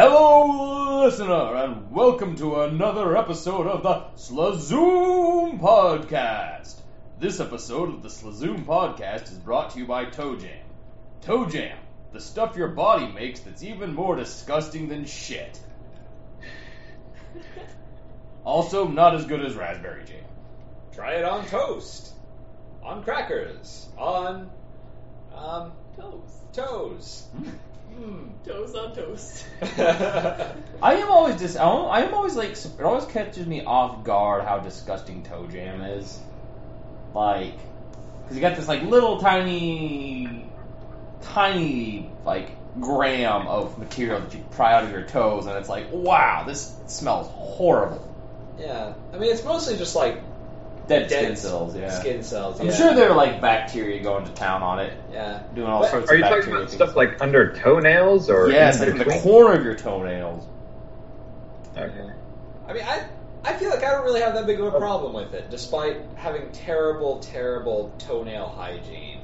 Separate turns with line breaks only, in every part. Uh, listener, and welcome to another episode of the Slazoom Podcast. This episode of the Slazoom Podcast is brought to you by Toe Jam. Toe Jam, the stuff your body makes that's even more disgusting than shit. Also, not as good as raspberry jam.
Try it on toast, on crackers, on um,
Toast.
toes. Mm.
Toast on toast.
I am always dis- I am I am always like su- it always catches me off guard how disgusting toe jam is, like because you got this like little tiny, tiny like gram of material that you pry out of your toes and it's like wow this smells horrible
yeah, I mean it's mostly just like
dead, skin
Dead
cells yeah
skin cells.
I'm
yeah.
sure there are like bacteria going to town on it
Yeah,
doing all
What?
sorts
Are
of
you
bacteria
talking about
things.
stuff like under toenails or
yes like in the
between?
corner of your toenails
Okay.
I mean I I feel like I don't really have that big of a problem with it, despite having terrible, terrible toenail hygiene.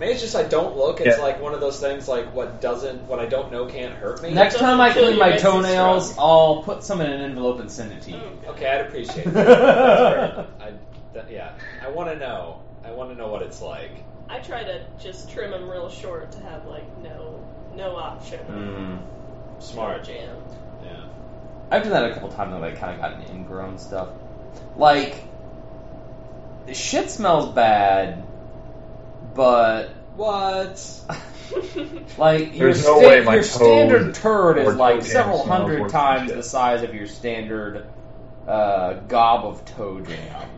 Maybe it's just I don't look. It's
Yeah.
like one of those things like what doesn't, what I don't know can't hurt me.
Next time I
Kill
clean
you
my
guys is
toenails,
strong.
I'll put some in an envelope and send it to you.
Oh,
Okay, I'd appreciate that. I, that, yeah, I want to know. I want to know what it's like.
I try to just trim them real short to have like no no option.
Mm.
Smart jam.
Yeah.
I've done that a couple times and I kind of got an ingrown stuff. Like, the shit smells bad, but
What?
like your,
There's no
sta-
way my
your
toes
standard turd
or
is like
toe
several
jam smells
hundred
worse than
times
shit.
the size of your standard uh, gob of toe jam.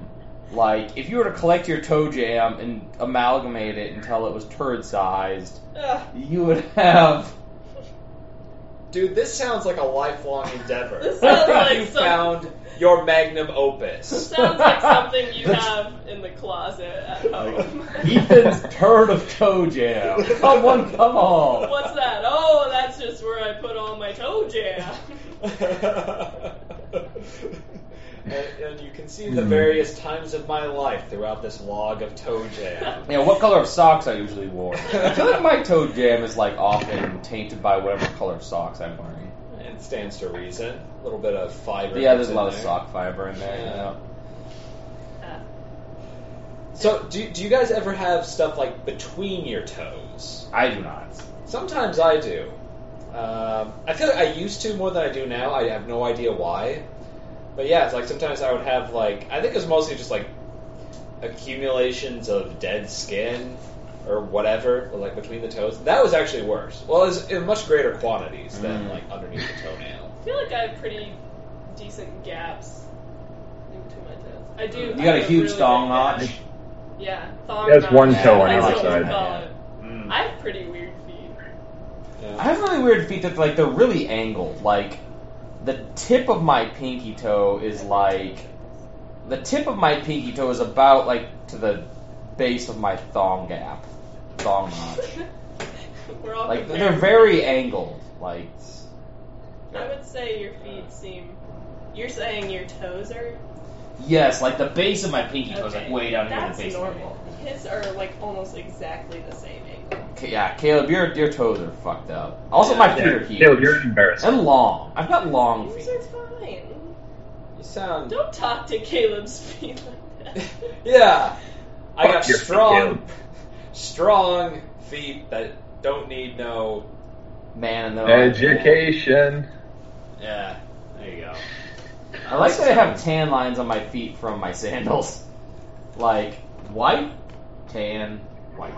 Like, if you were to collect your toe jam and amalgamate it until it was turd sized,
Ugh,
you would have
Dude, this sounds like a lifelong endeavor.
This sounds like
you
some-
found your magnum opus.
sounds like something you
That's-
have in the closet at home.
Ethan's turd of toe jam. Come on, come on.
What's that? Oh, that's just where I put all my toe jam.
and, and you can see the
Hmm.
various times of my life throughout this log of toe jam.
Yeah, what color of socks I usually wore. I feel like my toe jam is like often tainted by whatever color of socks I'm wearing.
and it stands to reason. A little bit of fiber.
yeah, there's a
in
lot of
there.
sock fiber in there. you know.
Ah,
So, do, do you guys ever have stuff like between your toes?
I do not.
Sometimes I do. Um, I feel like I used to more than I do now. I have no idea why. But yeah, it's like sometimes I would have like I think it was mostly just like accumulations of dead skin or whatever, like between the toes. That was actually worse. Well, it was in much greater quantities than
Mm.
like underneath the toenail.
I feel like I have pretty decent gaps in between my toes. I do.
You
I
got a
have
huge
really
thong
big
notch.
gap. Yeah, thong
There's
notch.
one
toe on
That's
either
what we
side.
call it.
Mm.
I have pretty weird feet.
I
Yeah.
have really weird feet that like they're really angled. Like the tip of my pinky toe is like the tip of my pinky toe is about like to the base of my thong gap, thong notch.
We're all
Like
compared.
they're very angled. Like
I would say your feet seem. You're saying your toes are.
yes, like the base of my pinky toe is
Okay.
like way down here in the
That's
base. of my
normal. His are like almost exactly the same angle.
pinky. Ca- Yeah, Caleb, your your toes are fucked up. Also, my feet are
Yeah.
huge
Caleb, you're embarrassing.
and long. I've got long
Yours
feet.
are fine.
You sound
Don't talk to Caleb's feet like that.
yeah. I
Fuck
got
your feet,
strong,
Caleb.
strong feet that don't need no
Man, and they're like-
Education.
Yeah, there you go.
I like that I have tan lines on my feet from my sandals. Like white, tan, white.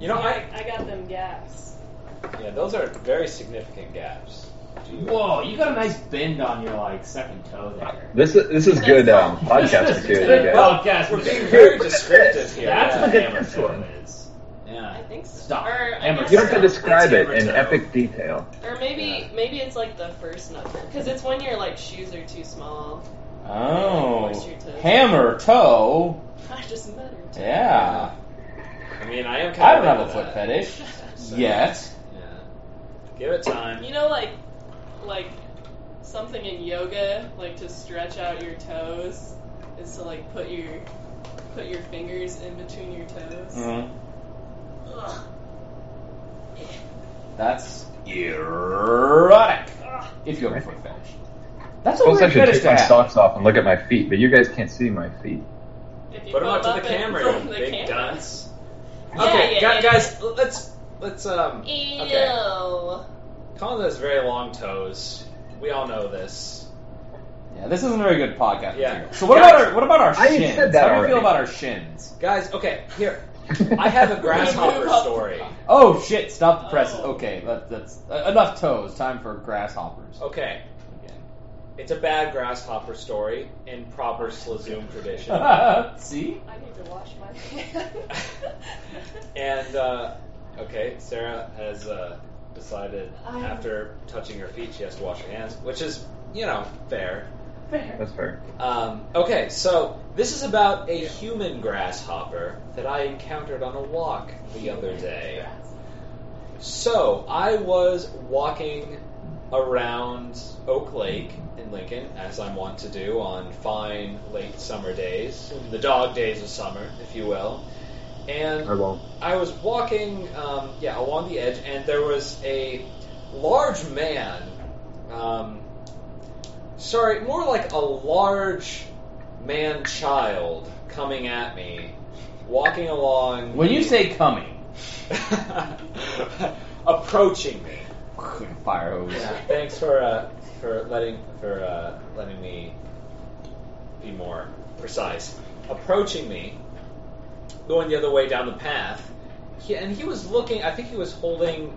You know, I
I got them gaps.
yeah, those are very significant gaps. Do you-
Whoa, you got a nice bend on your like second toe there.
This is this is good um, podcast material.
Good
guys.
podcast
We're being
material.
very descriptive here.
That's
yeah.
what the
Yeah.
hammer toe is.
I
Yeah.
think so.
Stop.
Or, I
Hammer
guess
You don't have to
so.
describe it
That's
in
your toe.
epic detail.
Or maybe maybe it's like the first knuckle, because it's when your like shoes are too small.
Oh, hammer toe.
I just met her. too.
Yeah,
I mean, I am. Kind
I don't
of
have a
into
foot
that.
fetish
So,
yet.
Yeah. Give it time.
You know, like, like something in yoga, like to stretch out your toes, is to like put your put your fingers in between your toes.
Mm.
hmm
Ugh.
That's erotic.
Ugh.
if you have a
Right.
foot fetish. That's a
Suppose I
weird
should
fetish
take
to
my
have.
socks off and look at my feet, but you guys can't see my feet.
If you
Put them
come
up to
and-
the camera,
from
you
the
big
camera.
dunce.
Yeah,
okay,
yeah,
gu-
yeah.
guys, l- let's let's um
Ew.
Colin has very long toes. We all know this.
Yeah, this isn't a very good podcast.
Yeah.
material. So what
Guys,
about our what about our
I
shins?
said that
How do you
already.
feel about our shins?
Guys, okay, here. I have a grasshopper story.
Oh shit! Stop the presses.
Oh.
Okay, that, that's uh, enough toes. Time for grasshoppers.
Okay. It's a bad grasshopper story in proper Slazoom tradition.
See,
I need to wash my hands.
And uh, okay, Sarah has uh, decided
I-
after touching her feet, she has to wash her hands, which is you know fair.
That's fair.
Um, okay, so this is about a human grasshopper that I encountered on a walk the other day. So I was walking around Oak Lake in Lincoln, as I'm wont to do on fine late summer days, the dog days of summer, if you will, and
I won't.
I was walking, um, yeah, along the edge, and there was a large man. Um, sorry, more like a large man child coming at me, walking along.
when you say coming,
approaching me.
fire hose.
Yeah, thanks for uh, for letting for uh, letting me be more precise. Approaching me, going the other way down the path, he, and he was looking. I think he was holding.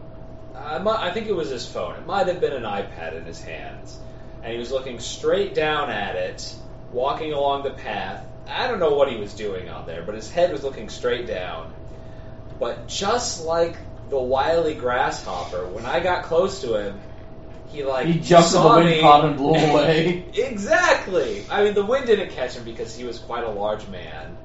I mi- I think it was his phone. It might have been an iPad in his hands, and he was looking straight down at it, walking along the path. I don't know what he was doing on there, but his head was looking straight down. But just like the wily grasshopper, when I got close to him, he like
He jumped on
saw
the
me.
wind caught and blew away.
Exactly. I mean, the wind didn't catch him because he was quite a large man,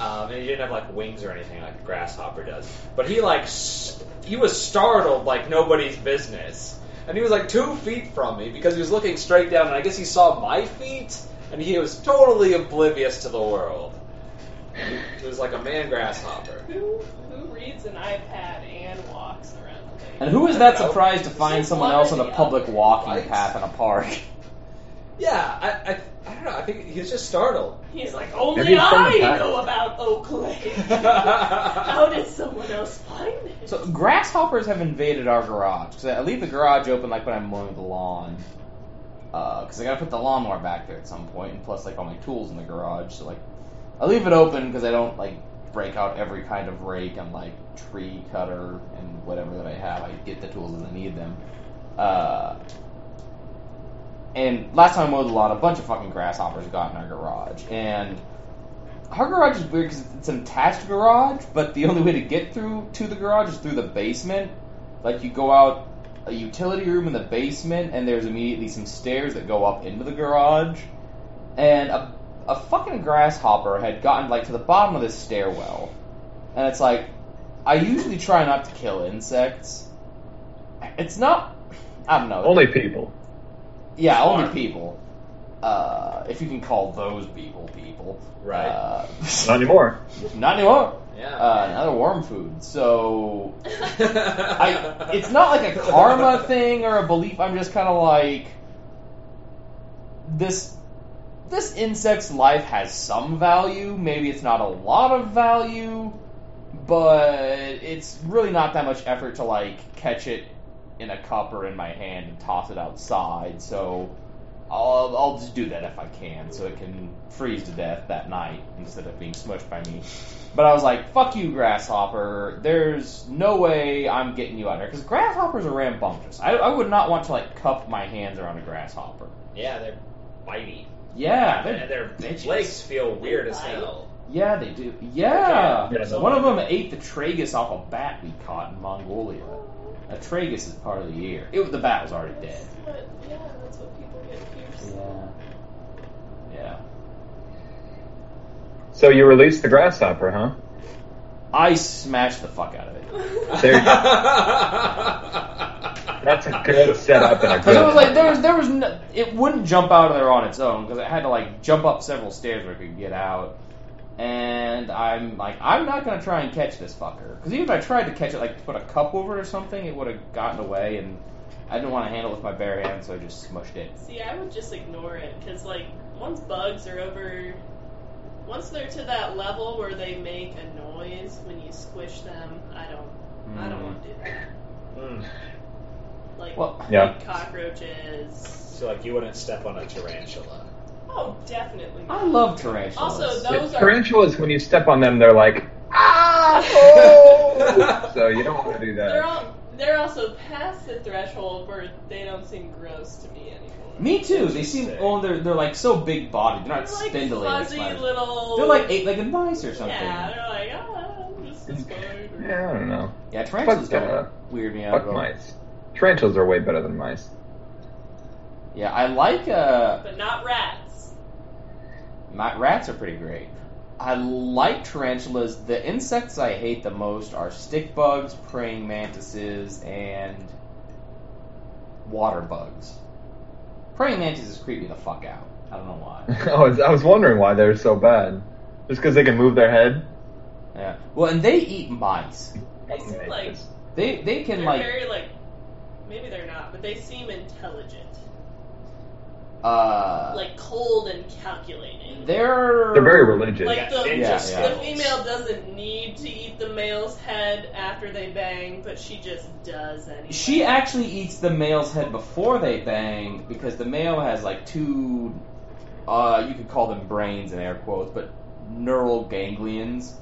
um, and he didn't have like wings or anything like a grasshopper does. But he like s he was startled like nobody's business, and he was like two feet from me because he was looking straight down, and I guess he saw my feet, and he was totally oblivious to the world. He was like a man grasshopper.
Who, who reads an iPad and walks around the lake?
And who is that
Hello?
surprised to
Is
find
it
someone else on
one
a
or the
public
other?
walking
Right.
path in a park?
Yeah, I, I I don't know. I think he was just startled.
He's like,
Maybe
only
it's from the
I
past."
know about Oak Lake. How did someone else find it?
So grasshoppers have invaded our garage because I leave the garage open like when I'm mowing the lawn. Because I gotta put the lawnmower back there at some point, and plus like all my tools in the garage. So like, I leave it open because I don't like break out every kind of rake and like tree cutter and whatever that I have. I get the tools as I need them. Uh, and last time I mowed the lawn, a bunch of fucking grasshoppers got in our garage, and our garage is weird because it's an attached garage, but the only way to get through to the garage is through the basement. Like you go out a utility room in the basement, and there's immediately some stairs that go up into the garage. And a, a fucking grasshopper had gotten like to the bottom of this stairwell, and it's like I usually try not to kill insects. It's not. I don't know.
Only people.
Yeah, only
Farm.
people. Uh, if you can call those people people.
Right.
Uh,
Not anymore.
not anymore.
yeah.
Uh, another worm food. So I, it's not like a karma thing or a belief. I'm just kind of like this. This insect's life has some value. Maybe it's not a lot of value, but it's really not that much effort to like catch it in a cup or in my hand and toss it outside. So I'll, I'll just do that if I can, so it can freeze to death that night instead of being smushed by me. But I was like, fuck you, grasshopper. There's no way I'm getting you out of here. Because grasshoppers are rambunctious. I, I would not want to, like, cup my hands around a grasshopper.
Yeah, they're bitey.
Yeah,
and
they're,
their
bitches.
legs feel weird as
bite.
hell.
yeah, they do. Yeah!
Yeah, no.
One of them ate the tragus off a bat we caught in Mongolia. A tragus is part of the ear. It, the bat was already dead.
That's what, yeah, that's what people get pierced.
Yeah. Yeah.
So you released the grasshopper, huh?
I smashed the fuck out of it.
There you
That's
That's a good setup and a
Because it was
good-
like there was there was no, it wouldn't jump out of there on its own because it had to like jump up several stairs where it could get out. And I'm like I'm not gonna try and catch this fucker because even if I tried to catch it like to put a cup over it or something, it would have gotten away and I didn't want to handle it with my bare hand, so I just smushed it.
See, I would just ignore it because, like, once bugs are over, once they're to that level where they make a noise when you squish them, I don't, I
Mm.
don't want to do that.
Mm.
Like,
Well,
Yeah.
like cockroaches.
So like you wouldn't step on a tarantula.
Oh, definitely.
I
not.
love tarantulas.
Also,
that
those
Yeah,
are
tarantulas, when you step on them, they're like, ah!
oh!
so you don't want to do
They're
that.
all they're also past the threshold where they don't seem gross to me anymore.
me too. They seem oh, they're they're like so big bodied. They're not
They're like
spindly. like
fuzzy
spiders.
little.
They're like eight legged mice or something.
Yeah, they're like oh, I'm just a spider.
Yeah, I don't know.
Yeah, tarantulas
Fuck,
don't
uh,
weird me out.
fuck
at all.
mice. Tarantulas are way better than mice.
Yeah, I like uh,
But not rats.
my, rats are pretty great. I like tarantulas. The insects I hate the most are stick bugs, praying mantises, and water bugs. Praying mantises creep me the fuck out. I don't know why.
I was, Oh, I was wondering why they're so bad. Just because they can move their head?
Yeah. Well, and they eat mice.
They seem like
They they
they're
can like
very like maybe they're not, but they seem intelligent,
uh
like cold and calculating.
they're
They're very religious.
Like the,
ninja
Yeah,
the
yeah.
female doesn't need to eat the male's head after they bang, but she just does anyway.
She actually eats the male's head before they bang because the male has like two, uh, you could call them brains in air quotes, but neural ganglions.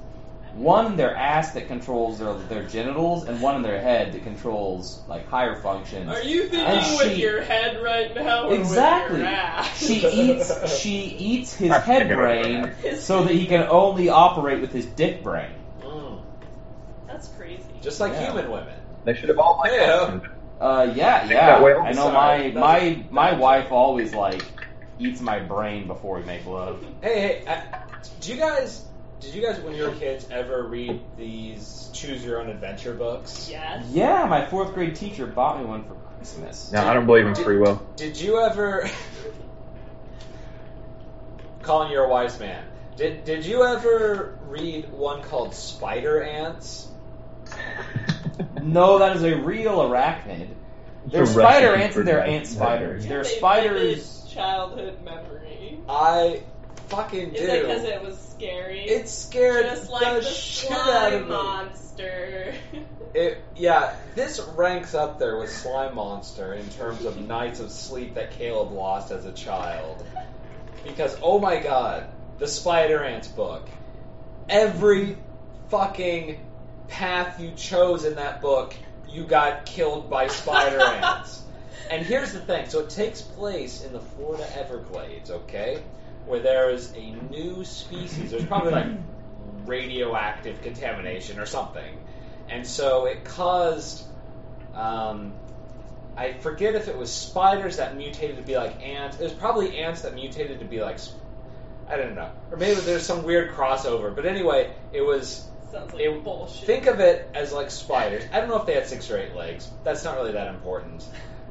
One in their ass that controls their, their genitals, and one in their head that controls like higher functions.
Are you thinking
And
with
she-
your head right now or
Exactly.
with your ass?
She eats she eats his
I'm
head
thinking about
brain so that he can only operate with his dick brain.
Mm.
That's crazy.
Just like
Yeah.
human women.
They should have all liked
Yeah.
us.
Uh, yeah,
Think
yeah.
that way all
I
the
know
time.
my
That's-
my my wife always like eats my brain before we make love.
Hey, hey, I, do you guys? Did you guys, when you were kids, ever read these choose your own adventure books?
Yes.
Yeah, my fourth grade teacher bought me one for Christmas.
No, I don't believe in free will.
Did you ever? Colin, you're a wise man. Did Did you ever read one called Spider Ants?
No, that is a real arachnid. They're
It's a
spider
recipe
ants
for
and they're
death.
ant spiders. They're
They
spiders.
vivid Childhood memory.
I fucking
Is
do.
it because it was scary?
It scared
just like the,
shit
slime
out of me.
monster.
It, yeah, this ranks up there with Slime Monster in terms of nights of sleep that Caleb lost as a child. Because, oh my god, the Spider Ants book. Every fucking path you chose in that book, you got killed by spider ants. And here's the thing so it takes place in the Florida Everglades, okay? Where there is a new species. There's probably like radioactive contamination or something. And so it caused. Um, I forget if it was spiders that mutated to be like ants. It was probably ants that mutated to be like. sp- I don't know. Or maybe there's some weird crossover. But anyway, it was
Sounds like
It-
bullshit.
Think of it as like spiders. I don't know if they had six or eight legs. That's not really that important.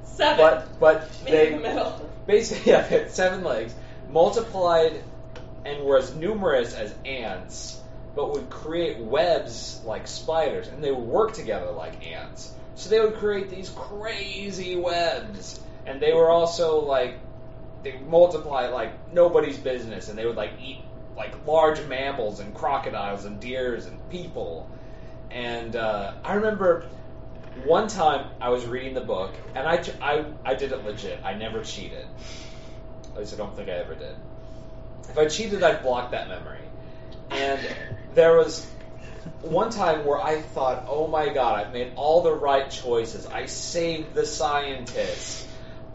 Seven.
But but
Meet in the
they
middle.
basically yeah, they had seven legs, multiplied and were as numerous as ants, but would create webs like spiders, and they would work together like ants. So they would create these crazy webs, and they were also like they multiply like nobody's business, and they would like eat like large mammals and crocodiles and deers and people. And uh, I remember one time I was reading the book, and I, ch- I, I did it legit. I never cheated. At least I don't think I ever did. If I cheated, I'd block that memory. And there was one time where I thought, oh my god, I've made all the right choices. I saved the scientist.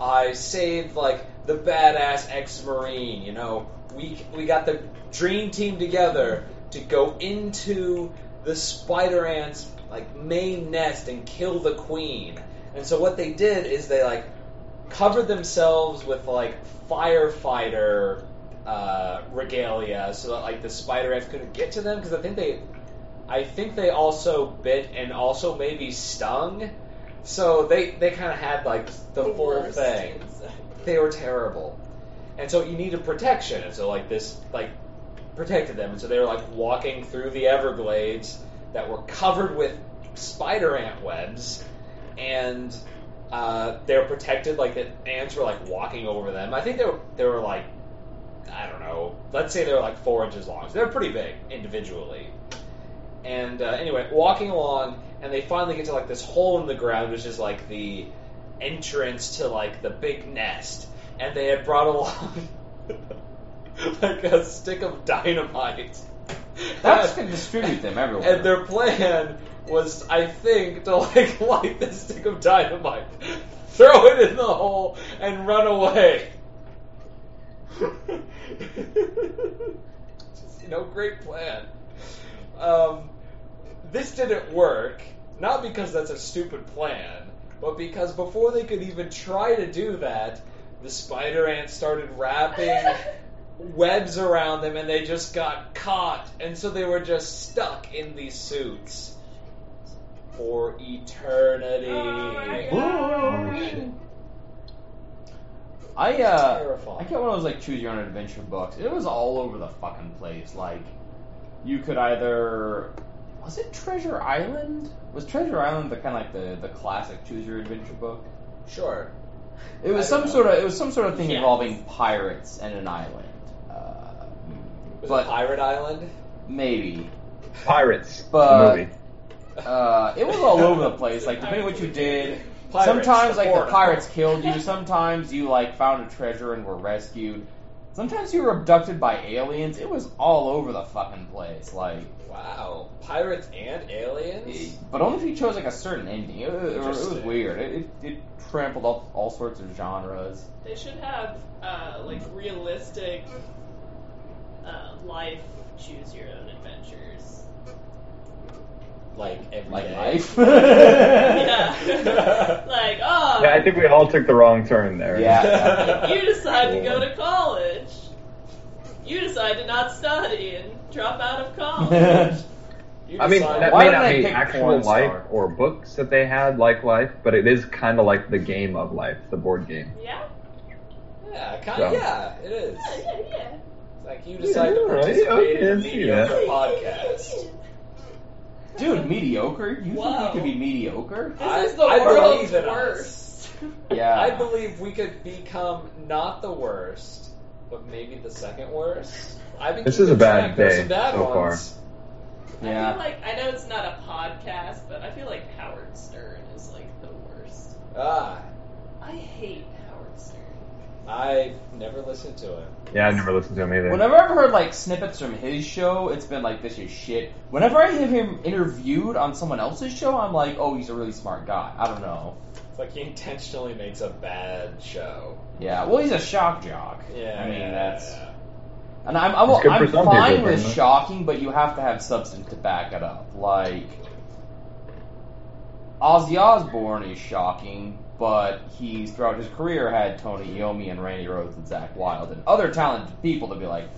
I saved, like, the badass ex Marine, you know. We, we got the dream team together to go into the spider ants like main nest and kill the queen. And so what they did is they like covered themselves with like firefighter uh, regalia so that like the spider ants couldn't get to them because I think they I think they also bit and also maybe stung. So they they kind of had like the, full
worst
thing
insect.
they were terrible. And so you needed protection. And so like this like protected them. And so they were like walking through the Everglades that were covered with spider ant webs and Uh, they were protected, like the ants were like walking over them. I think they were they were like I don't know. Let's say they were like four inches long. So they're pretty big individually. And uh, anyway, walking along, and they finally get to like this hole in the ground, which is like the entrance to like the big nest. And they had brought along like a stick of dynamite.
That's gonna distribute them everywhere.
And their plan was, I think, to like light this stick of dynamite, throw it in the hole, and run away. Just, you know, great plan. Um, this didn't work, not because that's a stupid plan, but because before they could even try to do that, the spider ant started wrapping webs around them and they just got caught, and so they were just stuck in these suits for eternity.
Oh my
Woo!
Oh, shit.
I uh, I
Terrifying.
get one of those like choose your own adventure books. It was all over the fucking place. Like, you could either was it Treasure Island? Was Treasure Island the kind of like the the classic choose your adventure book?
Sure.
It was
I
some
don't
sort of it was some sort of thing
Yes.
involving pirates and an island. Uh,
Was
But-
it Pirate Island?
maybe.
Pirates.
But-
the movie.
Uh, it was all over the place. Like depending what you did,
Pirates,
sometimes like the
foreigner.
pirates killed you. Sometimes you like found a treasure and were rescued. Sometimes you were abducted by aliens. It was all over the fucking place. Like,
Wow. Pirates and aliens?
but only if you chose like a certain ending. It, was- it was
Interesting.
weird. It, it, it trampled up all sorts of genres.
They should have uh, like realistic uh, life choose your own adventures.
Like every
Like
day.
life.
Yeah. like, oh,
Yeah, I think we all took the wrong turn there.
Yeah.
you decide to go to college. You decide to not study and drop out of
Oh,
college.
You
I mean,
decide-
that
Why
may
did
not
I
be
pick
actual
Porn Star?
life or books that they had like life, but it is kind of like the game of life, the board game.
yeah,
yeah, kind
So.
yeah, it is.
yeah, yeah, yeah.
It's like you
Yeah,
decide to
you're right.
participate
Okay,
in
I
a
see
mediocre
that.
podcast.
Dude, mediocre. You
Wow.
think you could be mediocre?
This
I-
is the
I
world's
believe in us.
worst.
Yeah.
I believe we could become not the worst, but maybe the second worst. I've been
This is
keeping
a bad
track. There's
day
some bad
so far.
ones.
I
Yeah.
feel like I know it's not a podcast, but I feel like Howard Stern is like the worst.
Ah,
I hate Howard Stern.
I've never listened to it.
Yeah, I never listened to him either.
Whenever I've heard like snippets from his show, it's been like this is shit. Whenever I hear him interviewed on someone else's show, I'm like, oh, he's a really smart guy. I don't know.
It's like he intentionally makes a bad show.
Yeah, well, he's a shock jock.
Yeah,
I mean
yeah,
that's,
yeah.
and I'm I'm,
It's good for
I'm
some
fine
people,
with
isn't it?
shocking, but you have to have substance to back it up. Like Ozzy Osbourne is shocking, but he's throughout his career had Tony Iommi and Randy Rhoads and Zach Wilde and other talented people to be like,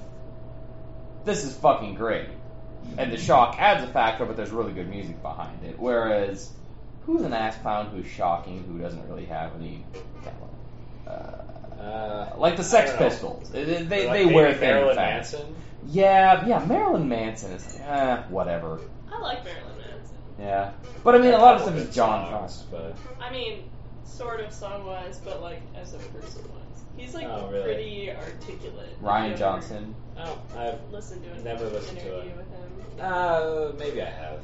this is fucking great. And the shock adds a factor, but there's really good music behind it. Whereas, who's an ass clown who's shocking, who doesn't really have any talent? Uh,
Uh,
like the Sex
I don't know.
Pistols. They, they, they
like
they
maybe
wear things.
Marilyn
fast.
Manson.
Yeah, yeah, Marilyn Manson is like, eh, whatever.
I like Marilyn Manson.
Yeah. But I mean, a lot of
couple
stuff
good
is John
songs,
Fox.
but
I mean, sort of song wise, but like as a person wise, he's like
Oh, really?
pretty articulate. Have you
Ryan
ever
Johnson.
oh, I've
Listened to an
Never listened to
interview
it.
with him.
Uh, maybe I have.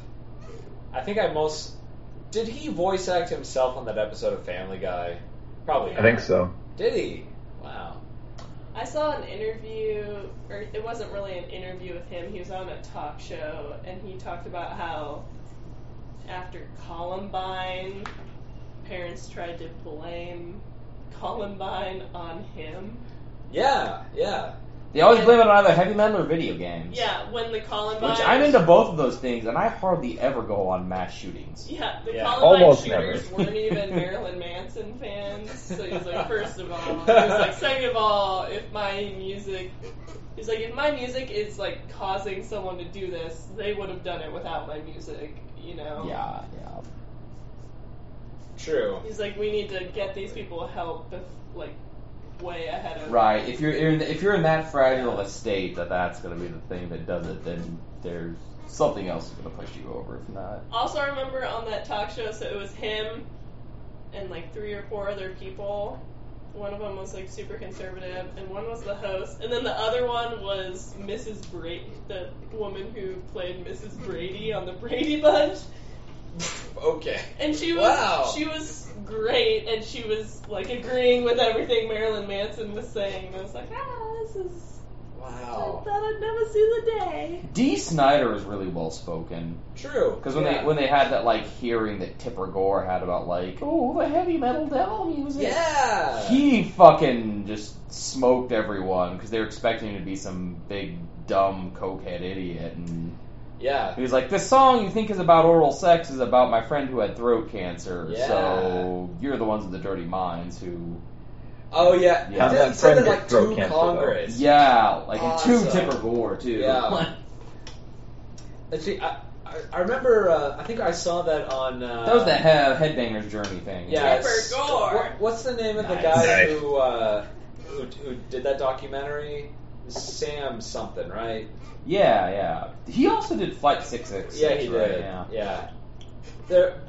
I think I most. Did he voice act himself on that episode of Family Guy? Probably.
I think so.
Did he? Wow.
I saw an interview, or it wasn't really an interview with him. He was on a talk show, and he talked about how after Columbine, parents tried to blame Columbine on him.
Yeah, yeah.
They always blame it on either heavy metal or video games.
Yeah, when the Columbine.
Which I'm into both of those things, and I hardly ever go on mass shootings.
Yeah, the
Yeah.
Columbine
Almost
shooters
never.
weren't even Marilyn Manson fans. So he's like, first of all, he was like, second of all, if my music, he's like, if my music is like causing someone to do this, they would have done it without my music, you know?
Yeah, yeah.
True.
He's like, we need to get these people help, bef- like, way ahead of.
Right. If you're in if you're in that fragile a state that that's going to be the thing that does it, then there's something else is going to push you over. If not,
Also, I remember on that talk show, so it was him, and like three or four other people. One of them was like super conservative, and one was the host, and then the other one was Mrs. Brady, the woman who played Mrs. Brady on the Brady Bunch.
okay.
And she was
Wow.
she was great, and she was like agreeing with everything Marilyn Manson was saying. And I was like, ah, this is. I
Wow.
thought I'd never see the day.
D. Snyder is really well spoken
True.
because when
yeah.
they when they had that like hearing that Tipper Gore had about like oh the heavy metal devil music.
yeah.
He fucking just smoked everyone because they were expecting him to be some big dumb cokehead idiot, and
yeah.
he was like, "This song you think is about oral sex is about my friend who had throat cancer,
Yeah.
so you're the ones with the dirty minds who,
Oh
Yeah.
yeah. He
How'd
did
that
something
friend get
like
throat
two
cancer, though?
Congress.
yeah, like and two
Awesome.
Tipper Gore too."
Yeah. Let's see. I, I, I remember. Uh, I think I saw that on. Uh,
That was the he- Headbanger's Journey thing.
Yeah.
Tipper
it's-
Gore.
what- what's the name of the
Nice.
guy
Nice.
who, uh, who who did that documentary? Sam something, right?
Yeah, yeah. He also did Flight 666.
Yeah, he
right?
did.
Yeah.
Yeah. There.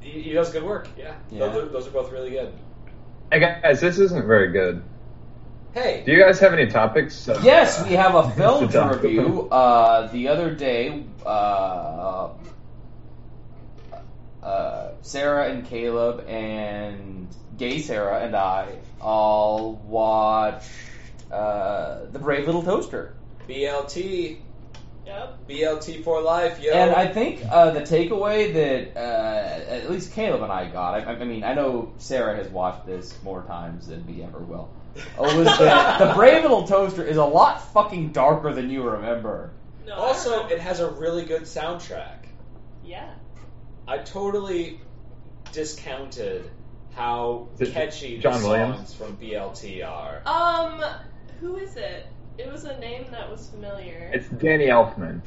He, he does good work. Yeah.
Yeah.
Those, are, those are both really good.
Hey guys, this isn't very good.
Hey.
Do you guys have any topics? Uh,
Yes, we have a film to
Doctor.
review. Uh, the other day, uh, uh, Sarah and Caleb and gay Sarah and I all watched uh, The Brave Little Toaster.
BLT.
Yep.
BLT for life, yo.
And I think uh, the takeaway that uh, at least Caleb and I got, I, I mean, I know Sarah has watched this more times than we ever will. Oh, was that the Brave Little Toaster is a lot fucking darker than you remember.
No, I
Also,
remember.
it has a really good soundtrack.
yeah.
I totally discounted how
Is it
catchy
John
the
Williams?
songs from BLT are.
Um, who is it? It was a name that was familiar.
It's Danny Elfman.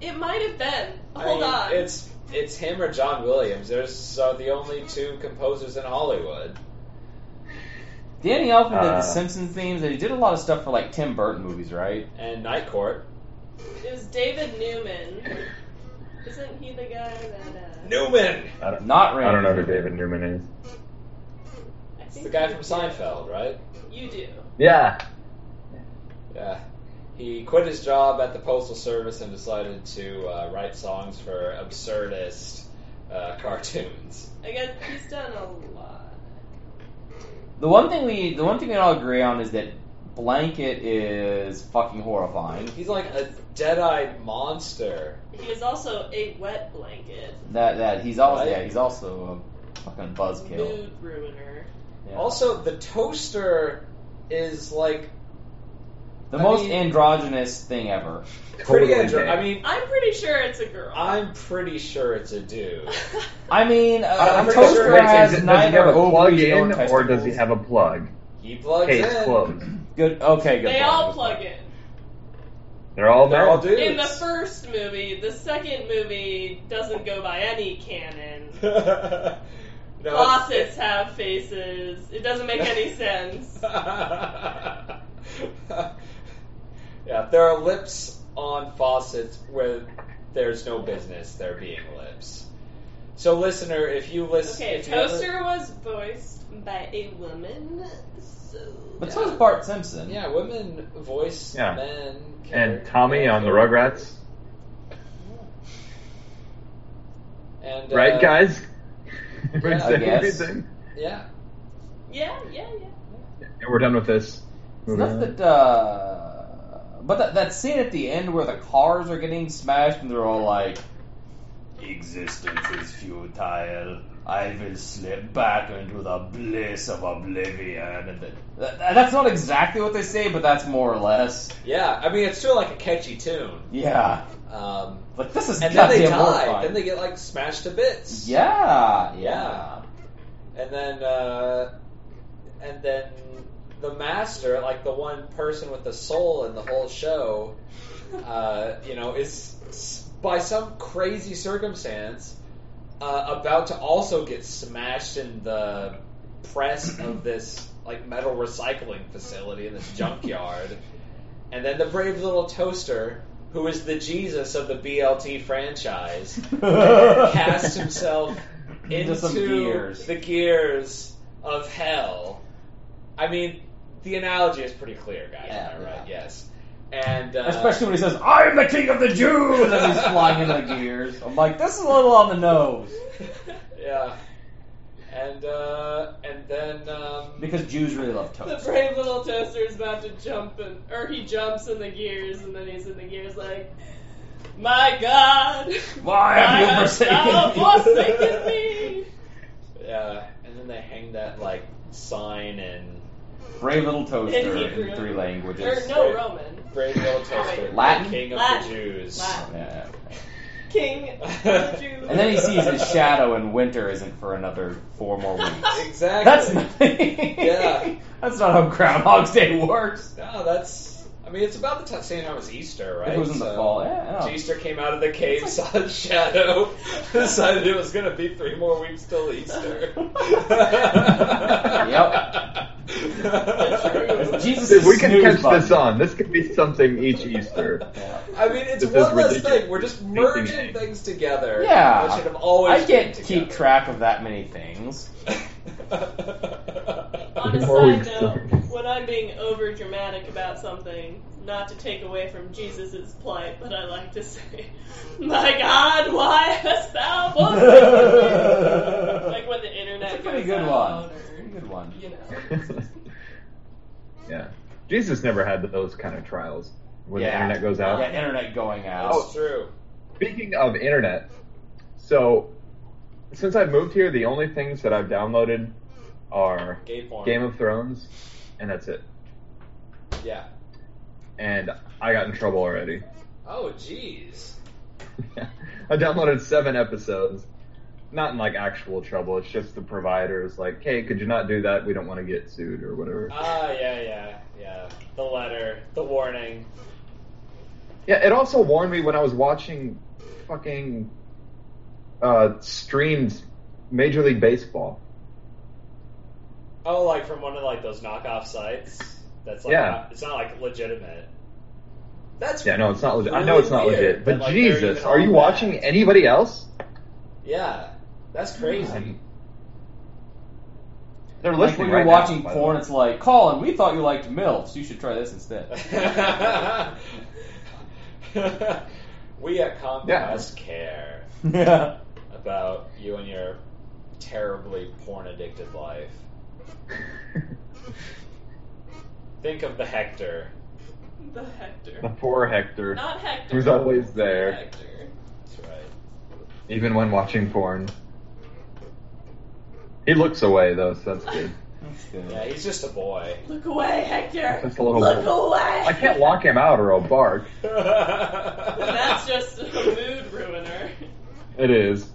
it might have been.
I
Hold
mean,
on.
It's it's him or John Williams. There's uh, the only two composers in Hollywood.
Danny Elfman did
Uh.
the Simpsons themes, and he did a lot of stuff for like Tim Burton movies, right?
And Night Court.
It was David Newman. Isn't he the guy that? Uh,
Newman.
I don't,
Not
I don't
Randy.
know who David Newman is.
I
It's
think
the guy
you
from
do.
Seinfeld, right?
You do.
Yeah.
Yeah. He quit his job at the Postal Service and decided to uh, write songs for absurdist uh, cartoons.
I guess he's done a lot.
The one thing we, the one thing we all agree on is that Blanket is fucking horrifying.
He's like a dead-eyed monster.
He is also a wet blanket,
That that he's also
Right.
yeah, he's also a fucking buzzkill.
mood ruiner.
Yeah.
Also, the toaster is like
the
I
most
mean-
androgynous thing ever.
pretty.
Totally
Andro-
gay.
I mean,
I'm pretty sure it's a girl.
I'm pretty sure it's a dude.
I mean, uh,
I'm pretty
Toaster
sure
Wait,
has
is it- does he
neither
have a plug
ovaries
in,
nor
or does he
testicles.
have a plug?
He plugs
Case
in.
closed.
Good. Okay. Good.
they
point.
all
Good
plug
point.
in.
They're all
They're all
male.
dudes.
In the first movie, the second movie doesn't go by any canon.
no,
Faucets have faces. It doesn't make any sense.
yeah, there are lips on faucets where there's no business there being lips. So, listener, if you listen,
Okay,
if you ever-
Toaster was voiced by a woman, so.
But so is Bart Simpson.
yeah, women voice
Yeah.
men.
And Tommy on the Rugrats,
And, uh,
right, guys? we
yeah, I
said
guess.
everything.
Yeah.
Yeah, yeah, yeah.
And we're done with this.
It's
Moving
not
on.
that. Uh, but that, that scene at the end where the cars are getting smashed and they're all like, "Existence is futile. I will slip back into the bliss of oblivion." And the, that, that's not exactly what they say, but that's more or less.
Yeah, I mean it's still like a catchy tune.
Yeah.
Um,
Like this is
and then they
goddamn
die.
horrifying.
Then they get like smashed to bits.
Yeah. Yeah.
Yeah. And then uh, and then the master, like the one person with the soul in the whole show, uh, you know, is s- by some crazy circumstance uh, about to also get smashed in the press of this like metal recycling facility in this junkyard. And then the brave little toaster, who is the Jesus of the BLT franchise, casts himself
Into some gears.
the gears of hell. I mean, the analogy is pretty clear, guys.
Yeah,
am I
yeah.
right? Yes. And uh,
Especially when he says, "I am the king of the Jews," and then he's flying into the gears. I'm like, this is a little on the nose
yeah, and uh, and then um,
because Jews really love
The
toast.
brave little toaster is about to jump, in, or he jumps in the gears, and then he's in the gears like, "My God,
Why have you
Why hast thou
forsaken
forsaken
me?
me?"
yeah, and then they hang that like sign and
Brave little toaster
In Hebrew.
in three
Or
languages.
no, Roman
brave little toaster,
Latin?
king of
Latin.
the Jews.
Latin.
Yeah.
king of the Jews.
And then he sees his shadow, and winter isn't for another four more weeks.
Exactly.
That's not,
Yeah.
That's not how Groundhog's Day works.
No, that's. I mean, it's about the t- same time as Easter, right?
It was in the
So,
fall. Yeah, I know.
Easter came out of the cave, saw a shadow, decided it was going to be three more weeks till Easter.
If Jesus
If
is
we can
snooze
catch
button.
this on, this could be something each Easter.
Yeah.
I mean, it's
This is
one less
ridiculous.
thing. We're just merging things together.
Yeah.
That should have always
I can't
been
keep
together.
track of that many things.
On a
Or
side
we-
note, when I'm being over dramatic about something, not to take away from Jesus' plight, but I like to say, My God, why hast thou forsaken me? Like when the internet
That's a pretty
goes
good
out,
one. Pretty good one.
Or, you know.
yeah. Jesus never had those kind of trials when
Yeah.
the internet goes out.
Yeah, internet going out.
That's true.
Speaking of internet, so since I've moved here, the only things that I've downloaded are
Gay porn.
Game of Thrones, and that's it.
yeah.
And I got in trouble already.
Oh, jeez.
I downloaded seven episodes. Not in like actual trouble. It's just the providers like, hey, could you not do that? We don't want to get sued or whatever.
Ah, yeah, yeah, yeah. The letter, the warning.
Yeah, it also warned me when I was watching fucking uh, streamed Major League Baseball.
Oh, like from one of like those knockoff sites. That's like
Yeah.
not- it's not like legitimate. That's
Yeah, no, it's not legit. I
really
know it's not
weird
legit, but
that, like, they're
Jesus,
even
are
on
you
that.
watching anybody else?
Yeah, that's crazy.
They're
Like
listening
when you're
right now,
watching
by the
porn,
way.
it's like, Colin, we thought you liked MILFs. You should try this instead.
we at Comcast
Yeah.
care
yeah.
about you and your terribly porn addicted life. Think of the Hector.
The Hector.
the poor Hector,
Not Hector.
who's always there,
Hector.
That's right.
even when watching porn. He looks away though, so that's good.
That's good.
Yeah, he's just a boy.
Look away, Hector.
Just a little
Look
bit.
away.
I can't lock him out or I'll bark.
That's just a mood ruiner.
It is.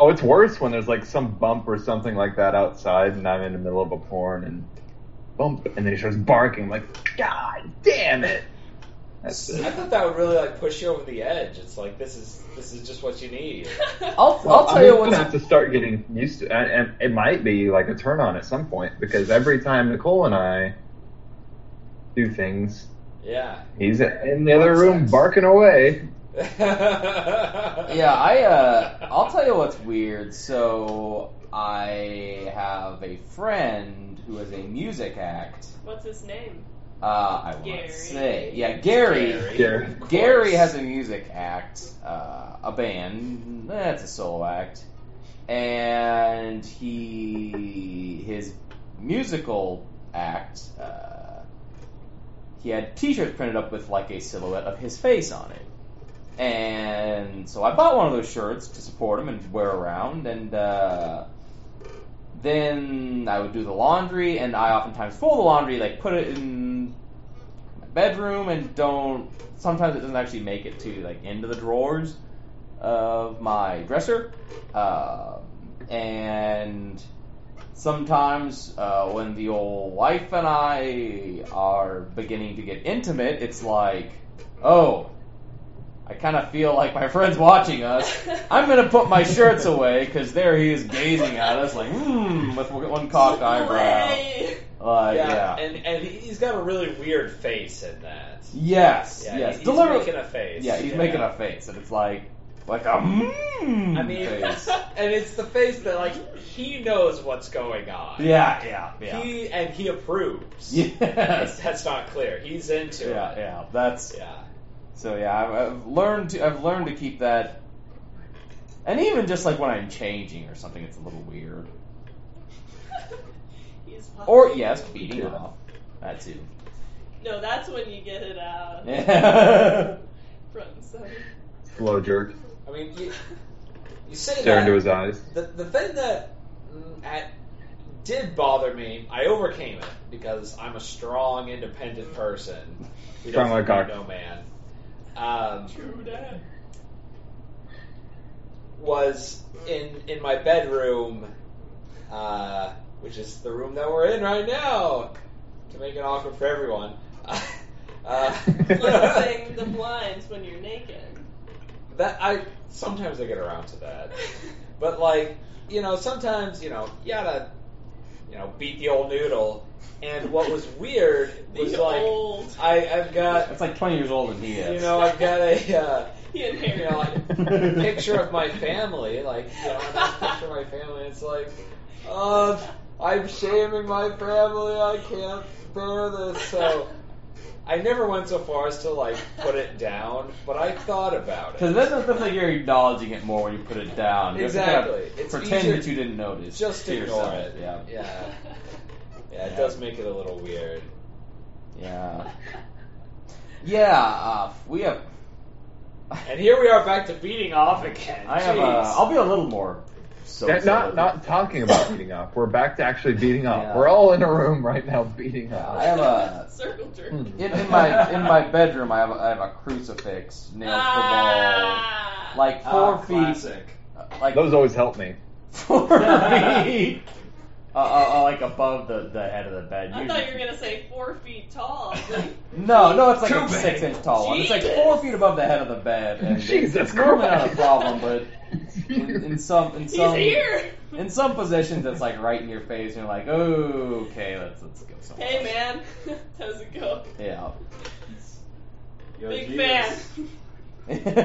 Oh, it's worse when there's like some bump or something like that outside, and I'm in the middle of a porn and bump, and then he starts barking I'm like, God damn it! That's
I
it.
thought that would really like push you over the edge. It's like this is this is just what you need.
I'll, I'll
Well,
tell you
I'm gonna
what's
have to start getting used to, and, and it might be like a turn on at some point because every time Nicole and I do things,
Yeah.
he's in the other room barking away.
yeah,
yeah,
I uh, I'll tell you what's weird. So I have a friend who is a music act.
What's his name?
Uh, I want
Gary.
to say, yeah, Gary. Gary,
Gary.
of
has
course.
a music act, uh, a band. That's a solo act, and he his musical act. Uh, he had T-shirts printed up with like a silhouette of his face on it. And so I bought one of those shirts to support him and wear around. And uh, then I would do the laundry, and I oftentimes fold the laundry, like put it in my bedroom, and don't. Sometimes it doesn't actually make it to like into the drawers of my dresser. Um and sometimes uh, when the old wife and I are beginning to get intimate, it's like, oh, I kind of feel like my friend's watching us. I'm gonna put my shirts away because there he is gazing at us like, hmm, with one cocked eyebrow.
Away.
Like,
yeah,
yeah.
and and he's got a really weird face in that.
Yes,
Yeah,
yes.
he- he's
Deliberately.
making a face.
Yeah, he's making a face, and it's like, like a mmm
I mean,
face.
and it's the face that like he knows what's going on.
Yeah, yeah, yeah.
He and he approves.
yes.
That's not clear. He's into
Yeah,
it.
yeah. That's
Yeah.
so. Yeah, I've, I've learned to. I've learned to keep that. And even just like when I'm changing or something, it's a little weird.
He's
Or
puffy.
yes, beating
Yeah.
off. That too.
No, that's when you get it out front and center.
Slow jerk.
I mean, you, you say
Stare
that.
into his eyes.
The, the thing that mm, at, did bother me, I overcame it because I'm a strong, independent person. We
Strong
don't
like
fear
cock.
no man. Um,
True that.
was in in my bedroom, uh, which is the room that we're in right now, to make it awkward for everyone. uh,
Closing the blinds when you're naked.
that I sometimes I get around to that. But like, you know, sometimes you know you gotta, you know, beat the old noodle. And what was weird
The
was like,
old.
I I've got,
That's like 20 years older than he is.
you know, I've got a uh,
He
you
inherited.
know a picture of my family, like you know, a nice picture of my family. It's like, uh, I'm shaming my family. I can't bear this. So I never went so far as to like put it down, but I thought about
Because
it.
then it's not like you're acknowledging it more when you put it down. You have to kinda
Exactly. It's
pretend
easier
that you didn't notice.
just
to
ignore
yourself.
it.
Yeah.
Yeah. Yeah, it does make it a little weird.
Yeah. Yeah. Uh, we have.
And here we are back to beating off again.
I have. Uh,
Jeez.
I'll be a little more. So
That- not not talking about beating up. We're back to actually beating up.
Yeah.
We're all in a room right now beating
I
up.
have a.
circle jerk.
Hmm.
In, in my in my bedroom, I have a, I have a crucifix nailed to the
Ah.
wall, like four
Ah,
feet, uh,
classic.
like
Those always help me.
four feet, uh, uh, uh, like above the, the head of the bed.
I thought you were gonna say four feet tall. Like,
No, no, it's like
Too
a
big.
six inch tall one. It's like
Jesus.
four feet above the head of the bed. And
Jesus
it's normally not a
Christ.
problem, but in, in some in
he's
some
here.
in some positions it's like right in your face, and you're like, oh, okay, let's let's go somewhere.
Hey man, how's it go?
Yeah.
Yo,
Big
Jesus.
fan.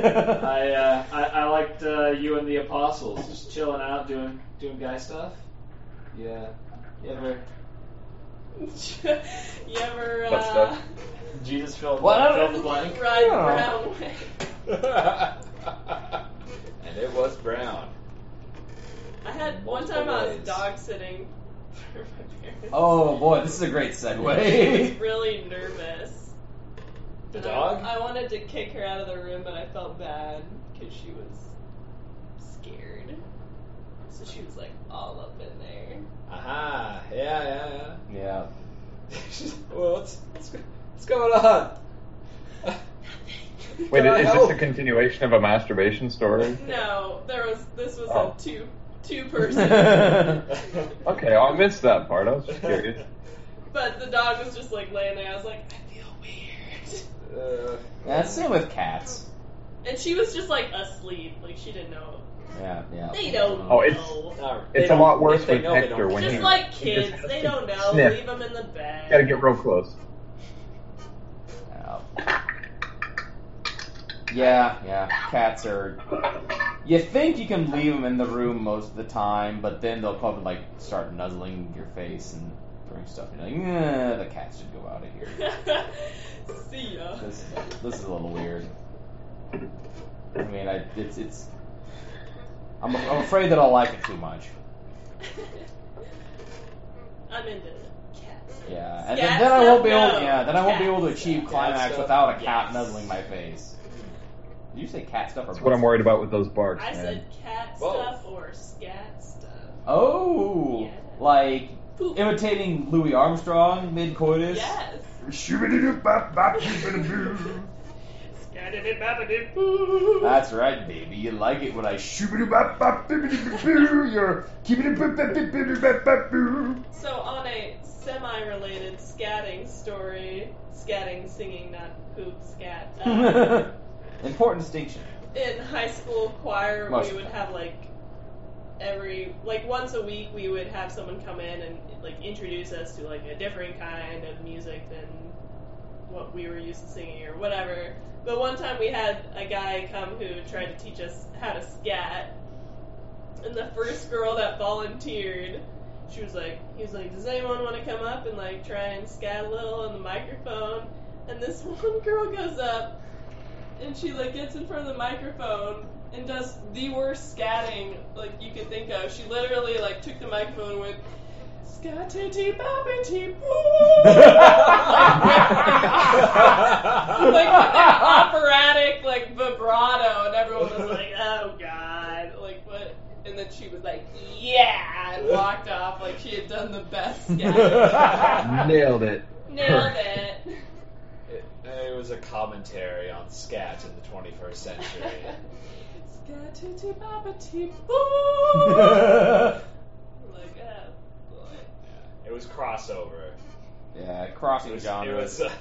I, uh, I I liked uh, you and the Apostles, just chilling out, doing doing guy stuff. Yeah. You ever
you ever
Butt
uh,
stuff.
Jesus filled,
Well, I don't-
filled the blank?
ride
Yeah.
Brown way?
and it was brown.
I had one
Multiple
time I was
ways.
dog sitting for my parents.
oh boy, this is a great
I was
segue.
really nervous.
The
And I-
dog?
I, wanted to kick her out of the room, but I felt bad because she was scared. So she was like all up in there.
Aha. Yeah, yeah, yeah.
yeah.
She's- well, what's, what's, what's going on?
Wait,
Can I
is this
help?
a continuation of a masturbation story?
No, there was this was
Oh.
a two two person.
Okay, I missed that part. I was just curious.
but the dog was just like laying there. I was like, I feel weird.
Uh,
Yeah, same with cats.
And she was just like asleep, like she didn't know.
Yeah, yeah.
They don't
Oh,
know.
it's-
not- uh, they
It's a
don't-
lot worse
if they
with
know, they
Hector
don't
when
just
he
like
he just
kids,
has
they
to
don't know.
sniff.
Leave them in the bed.
Gotta get real close.
Yeah. Yeah, yeah. Cats are. You think you can leave them in the room most of the time, but then they'll probably like start nuzzling your face and throwing stuff. And you're like, nah, the cat should go out of here.
See ya.
This is this is a little weird. I mean, I it's it's. I'm, I'm afraid that I'll like it too much.
I'm into cats.
Yeah, and then,
Cats
then I won't
don't
be able.
know.
Yeah, then I won't be able to
Cats
achieve
don't.
climax
Cats
without a cat
Yes.
nuzzling my face. Did you say cat stuff or?
That's what I'm worried about with those barks,
I
man.
said cat
Whoa.
stuff or scat stuff.
Oh,
Yes.
like
Poop.
imitating Louis Armstrong mid coitus.
Yes.
That's right, baby. You like it when I you're keeping
So on a semi-related scatting story, scatting, singing, not poop, scat. Uh,
it. Important distinction.
in high school choir,
Most
we would have like every like once a week we would have someone come in and like introduce us to like a different kind of music than what we were used to singing or whatever. But one time we had a guy come who tried to teach us how to scat, and the first girl that volunteered, she was like, he was like, does anyone want to come up and like try and scat a little in the microphone? And this one girl goes up, and she like gets in front of the microphone and does the worst scatting like you could think of. She literally like took the microphone and went. Scatty boppity boo! like an operatic like vibrato, and everyone was like, "Oh God!" Like what? And then she was like, "Yeah!" and walked off like she had done the best. scat.
Nailed it.
Nailed it.
It, it was a commentary on scat in the 21st century.
Scatty boppity boo! Like, oh boy.
it was crossover.
yeah, crossing
It
genres.
was, uh,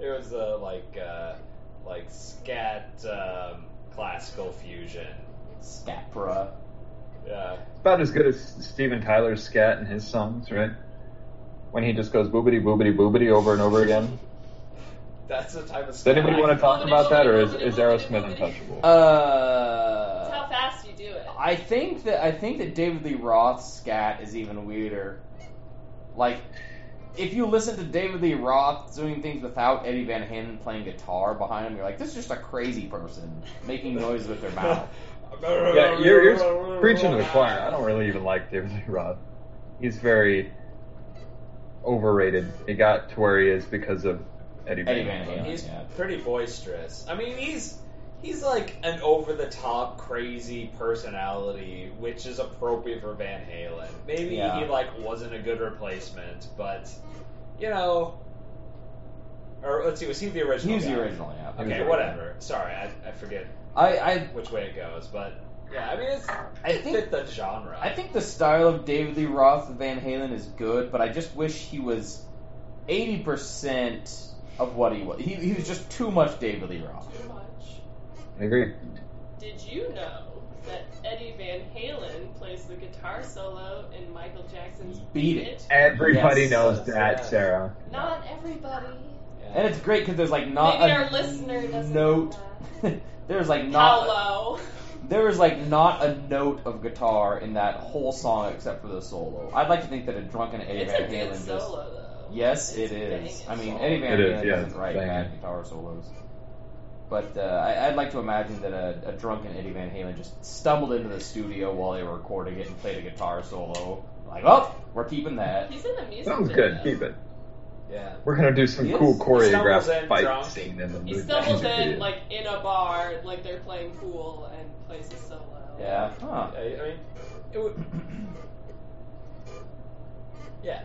it was uh, like uh, like scat um, classical fusion.
Scapra.
Yeah,
About as good as Steven Tyler's scat in his songs, right? When he just goes boobity boobity boobity over and over again.
that's the type of.
Does anybody want to talk about that, or is,
Boobity,
is
boobity,
Aerosmith
boobity.
untouchable?
Uh.
That's how fast you do it.
I think that I think that David Lee Roth's scat is even weirder. Like, if you listen to David Lee Roth doing things without Eddie Van Halen playing guitar behind him, you're like, this is just a crazy person making noise with their mouth.
Yeah, you're, you're preaching to the choir. I don't really even like David Lee Roth. He's very overrated. He got to where he is because of Eddie Van
Eddie Van
Halen.
Halen.
He's
Yeah.
pretty boisterous. I mean, he's he's like an over the top crazy personality, which is appropriate for Van Halen. Maybe
Yeah.
he like wasn't a good replacement, but you know, or let's see, was he the original?
He was
guy?
the original, yeah.
He was the
Okay,
original.
whatever. Sorry, I, I forget
I, I
which way it goes, but yeah, I mean, it's,
I
it
think-
fit the genre.
I think the style of David Lee Roth and Van Halen is good, but I just wish he was eighty percent of what he was. He, he was just too much David Lee Roth.
Too much.
I agree.
Did you know that Eddie Van Halen plays the guitar solo in Michael Jackson's
Beat
Beat
It.
It?
Everybody
Yes.
knows that,
Yes.
Sarah.
Not everybody.
And it's great because there's like not
Maybe
a
our listener doesn't
note.
know
there's like
that.
not
Paolo.
there is like not a note of guitar in that whole song except for the solo. I'd like to think that a drunken Eddie
It's a
Van
good
Halen just
solo though.
yes, it
It's a
is.
banging
I mean,
solo.
Eddie Van
It is,
Halen
yeah,
doesn't write
banging.
bad guitar solos, but uh, I, I'd like to imagine that a, a drunken Eddie Van Halen just stumbled into the studio while they were recording it and played a guitar solo. Like, oh, we're keeping that.
He's in the music
Sounds
video.
good. Keep it.
yeah.
We're gonna do some
Yes.
cool
He stumbles
choreographed
in
fight
drunk.
scene in the
He
movie.
stumbles in
video.
like in a bar, like they're playing pool, and plays a solo.
Yeah. Huh.
I, I mean, it would. Yeah.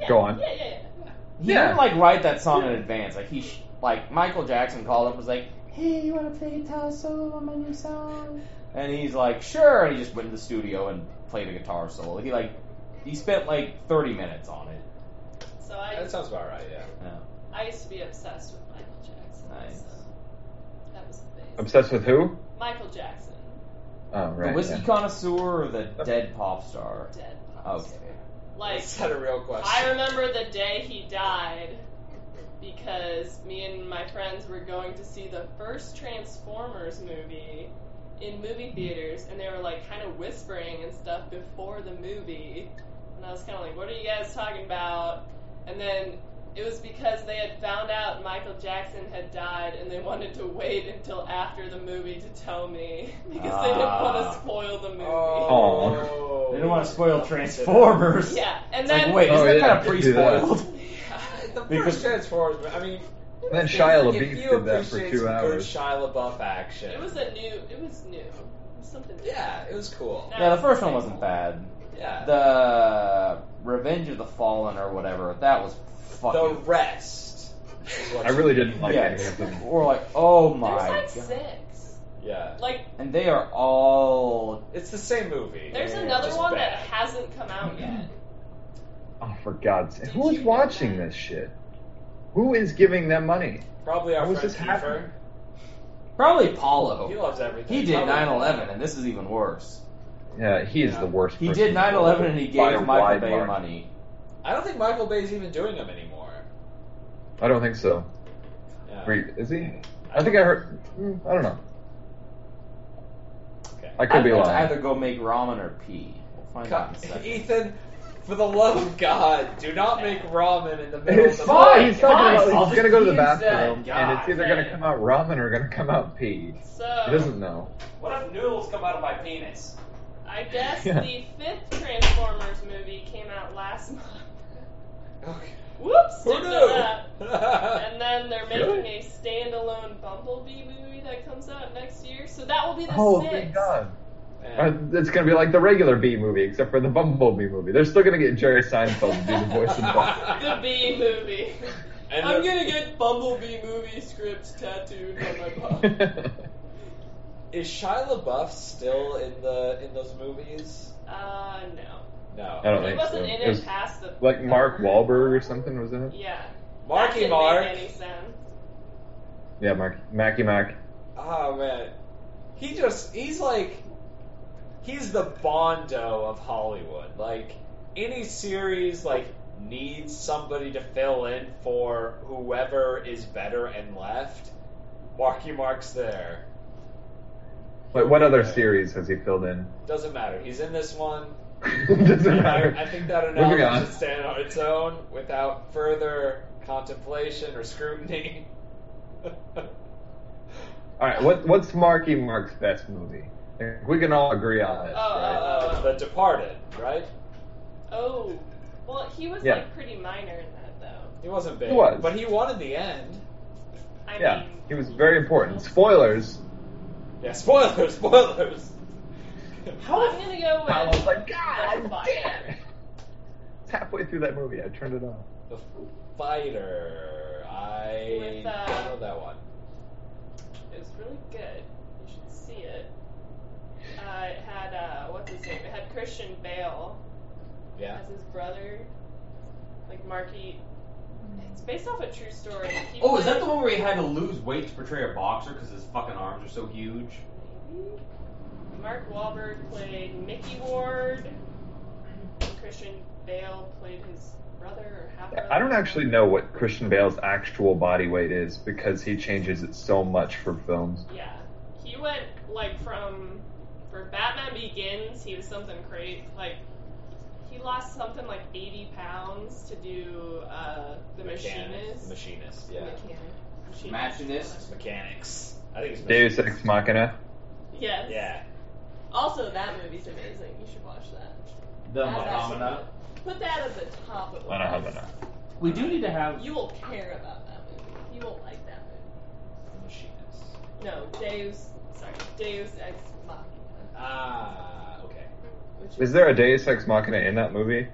Yeah,
Go on.
Yeah, yeah, yeah.
He
Yeah.
didn't like write that song in advance. Like he, sh- like Michael Jackson called up and was like, "Hey, you want to play guitar solo on my new song?" And he's like, "Sure." And he just went to the studio and played a guitar solo. He like, he spent like thirty minutes on it.
So I,
That sounds about right, yeah.
I used to be obsessed with Michael Jackson.
Nice.
So that was amazing.
Obsessed with who?
Michael Jackson,
Oh,
the
right.
whiskey
yeah.
connoisseur or the dead pop star?
dead.
Oh,
monster.
okay.
Like
Is that a real question?
I remember the day he died because me and my friends were going to see the first Transformers movie in movie theaters, and they were like kind of whispering and stuff before the movie. And I was kind of like, what are you guys talking about? And then it was because they had found out Michael Jackson had died and they wanted to wait until after the movie to tell me because they didn't want
Ah.
to spoil the movie.
Oh.
They didn't want to spoil Transformers.
Yeah, and
It's like,
then
wait,
Oh,
isn't that
yeah,
kind of
you could do that.
pre-spoiled?
The
Because-
first Transformers, I mean.
And then
if-
Shia
if
LaBeouf
you
did that for
appreciate
two
some Good
hours.
Shia LaBeouf action.
It was a new. It was new. It was something. New.
Yeah, it was cool.
Yeah, the first one wasn't bad.
Yeah.
The Revenge of the Fallen or whatever that was
The
fucking
rest. Is what
I really didn't like
yeah,
any of them.
we're like, oh my
There's like
god,
six.
Yeah.
Like
and they are all
It's the same movie.
there's
Yeah,
another
just
one that
bad.
hasn't come out yet.
Oh, for God's sake.
Did
Who is
you know
watching
that?
this shit? Who is giving them money?
Probably our
How was
friend
this happening? Oh.
Kiefer.
probably
He
Paulo.
loves everything.
He did
Probably-
9/11, and this is even worse.
Yeah, he is
Yeah.
the worst
He
person
did
in the world
9/11, and he
by a
gave
wide
Michael Bay
margin.
money.
I don't think Michael Bay's even doing them anymore.
I don't think so.
Yeah.
Wait, is he? I think I heard. mm, I don't know.
Okay.
I could be
I'd
lying.
either go make ramen or pee. We'll find out in a
God,
second.
Ethan, for the love of God, do not make ramen in the middle
It's
of the
fine.
He's, not gonna-
Fine, I'll
he's
just
gonna go to the
use that.
bathroom, and it's
God
either gonna
damn.
come out ramen or gonna come out pee. He
So
doesn't know.
What if noodles come out of my penis?
I guess
Yeah.
the fifth Transformers movie came out last month.
Okay.
Whoops,
Who
did that. And then they're making
Really?
a standalone Bumblebee movie that comes out next year. So that will be the
Oh,
sixth.
thank God. Uh,
Man.
it's gonna be like the regular B movie, except for the Bumblebee movie. They're still gonna get Jerry Seinfeld to do the voice of Bumblebee.
The Bee movie.
And
I'm
the-
gonna get Bumblebee movie scripts tattooed on my body.
Is Shia LaBeouf still in the in those movies?
Uh, no.
No.
I don't
He
think so.
wasn't in
It
it
was
past the.
like Mark Wahlberg or something was in it.
Yeah. that
Marky
didn't
Mark.
Make any sense.
Yeah, Mark Mackie Mac.
Oh man, he just—he's like, he's the Bondo of Hollywood. Like any series, like needs somebody to fill in for whoever is better and left. Marky Mark's there.
Like what other series has he filled in?
Doesn't matter. He's in this one.
Doesn't matter.
I, I think that
Moving
analogy
on.
should stand on its own without further contemplation or scrutiny. Uh,
All right, what what's Marky Mark's best movie? Like, we can all agree on it.
Oh,
right?
Uh, the Departed, right?
Oh. Well, he was
Yeah.
like pretty minor in that though.
He wasn't big,
He was.
but he won in the end.
I
yeah,
mean,
he was very important. Spoilers.
Yeah, spoilers, spoilers.
I'm gonna go with.
I was like,
The
God
Fighter.
damn! it." It's halfway through that movie. I turned it off.
the fighter. I
With,
don't
uh,
know that one.
It was really good. You should see it. Uh, it had uh, what's his name? It had Christian Bale
Yeah.
as his brother, like Marky. It's based off a true story. He
Oh, is that
played-
the one where he had to lose weight to portray a boxer because his fucking arms are so huge?
Maybe? Mark Wahlberg played Mickey Ward. Christian Bale played his brother or half brother.
I don't actually know what Christian Bale's actual body weight is because he changes it so much for films.
Yeah, he went like from for Batman Begins, he was something crazy. Like he lost something like eighty pounds to do uh, the
Mechanics.
machinist.
Machinist. Yeah.
Mechanic. Machinist.
Machinist.
Mechanics. I think it's
Deus
Machinist.
Ex Machina.
Yes.
Yeah.
Also, that movie's amazing. You should watch that.
The
That's actually
Mahamana.
good. Put that at the top of the
I don't have
list.
that.
We do need to have.
You will care about that movie. You will like that movie.
Machinist.
No, Deus. Sorry, Deus Ex Machina.
Ah. Okay.
which
Is there a Deus Ex Machina in that movie?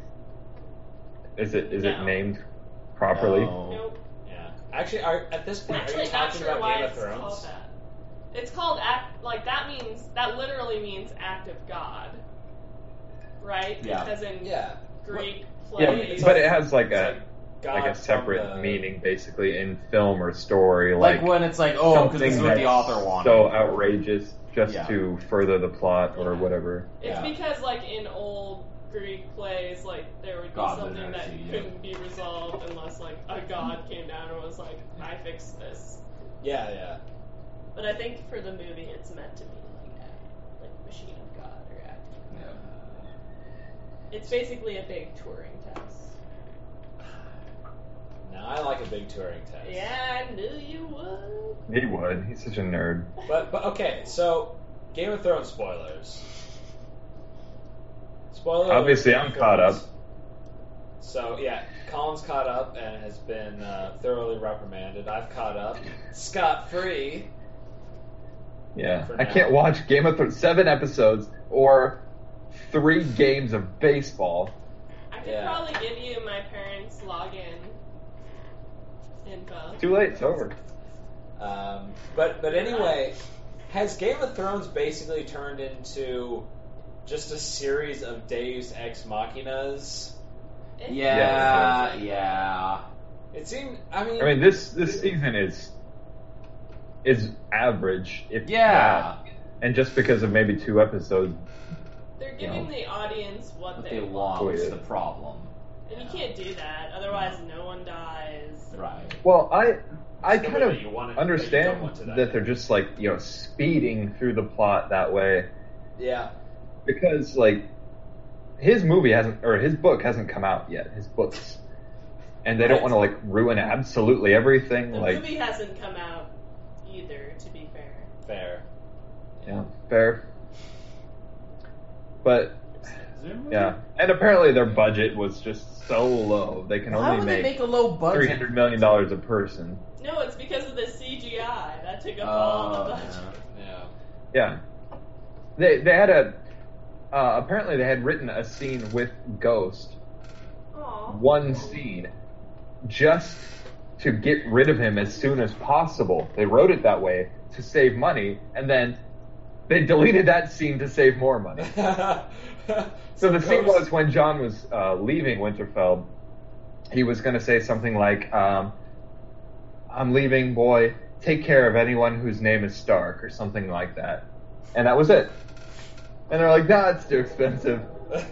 Is it is
No.
it named properly?
No.
Nope.
Yeah. Actually, are, at this point, are
Actually,
you
not
talking
sure
about
why
Game of
it's called
Thrones?
that. It's called act like that means that literally means act of God, right?
Yeah.
Because in
Yeah.
Greek
Yeah,
plays,
but it has like
It's
a
God
like a
from
separate
the-
meaning basically in film or story
Like,
like,
when it's like, oh, because
something
this is what the
that's
author wanted.
so outrageous just
Yeah.
to further the plot or
Yeah.
whatever.
it's
Yeah.
because like in old Greek plays, like there would be
God
something that
linearity, yeah.
couldn't be resolved unless like a god came down and was like, "I fixed this."
Yeah, yeah.
But I think for the movie, it's meant to be like that, like machine of God or act. It's basically a big Turing test.
Now I like a big Turing test.
Yeah, I knew you would.
He would. He's such a nerd.
But, but okay, so Game of Thrones spoilers. Spoilers.
Obviously, I'm caught up.
So yeah, Colin's caught up and has been uh, thoroughly reprimanded. I've caught up, scot free.
Yeah.
For
I
now.
can't watch Game of Thrones seven episodes or three games of baseball.
I could
Yeah.
probably give you my parents' login info.
Too late, it's over.
Um, but but anyway, has Game of Thrones basically turned into just a series of Deus Ex Machinas?
It-
Yeah, yeah.
It seemed. I mean,
I mean this this season is is average if
Yeah.
that. and just because of maybe two episodes
They're giving the audience what
What
they,
they
want.
want is the problem.
And you can't do that, otherwise no one dies.
Right.
Well, I I
There's no
kind
way
of
that you want it- that you don't
understand
want to die.
that they're just like you know speeding through the plot that way
Yeah.
because like his movie hasn't or his book hasn't come out yet. His books, and they don't
Right.
want to like ruin absolutely everything.
The
like
movie hasn't come out either, to be fair.
Fair.
yeah, fair. But
Is there a movie?
yeah, and apparently their budget was just so low they can
How
only
would they
make,
make a low
three
budget?
hundred million dollars a person.
No, it's because of the CGI. That took up all the
Oh,
budget.
Yeah.
Yeah. They they had a uh, apparently they had written a scene with Ghost,
Aw.
one scene, just to get rid of him as soon as possible. They wrote it that way to save money, and then they deleted that scene to save more money. So the scene was when John was uh, leaving Winterfell, he was going to say something like, um, "I'm leaving, boy. Take care of anyone whose name is Stark," or something like that. And that was it. And they're like, "Nah, it's too expensive.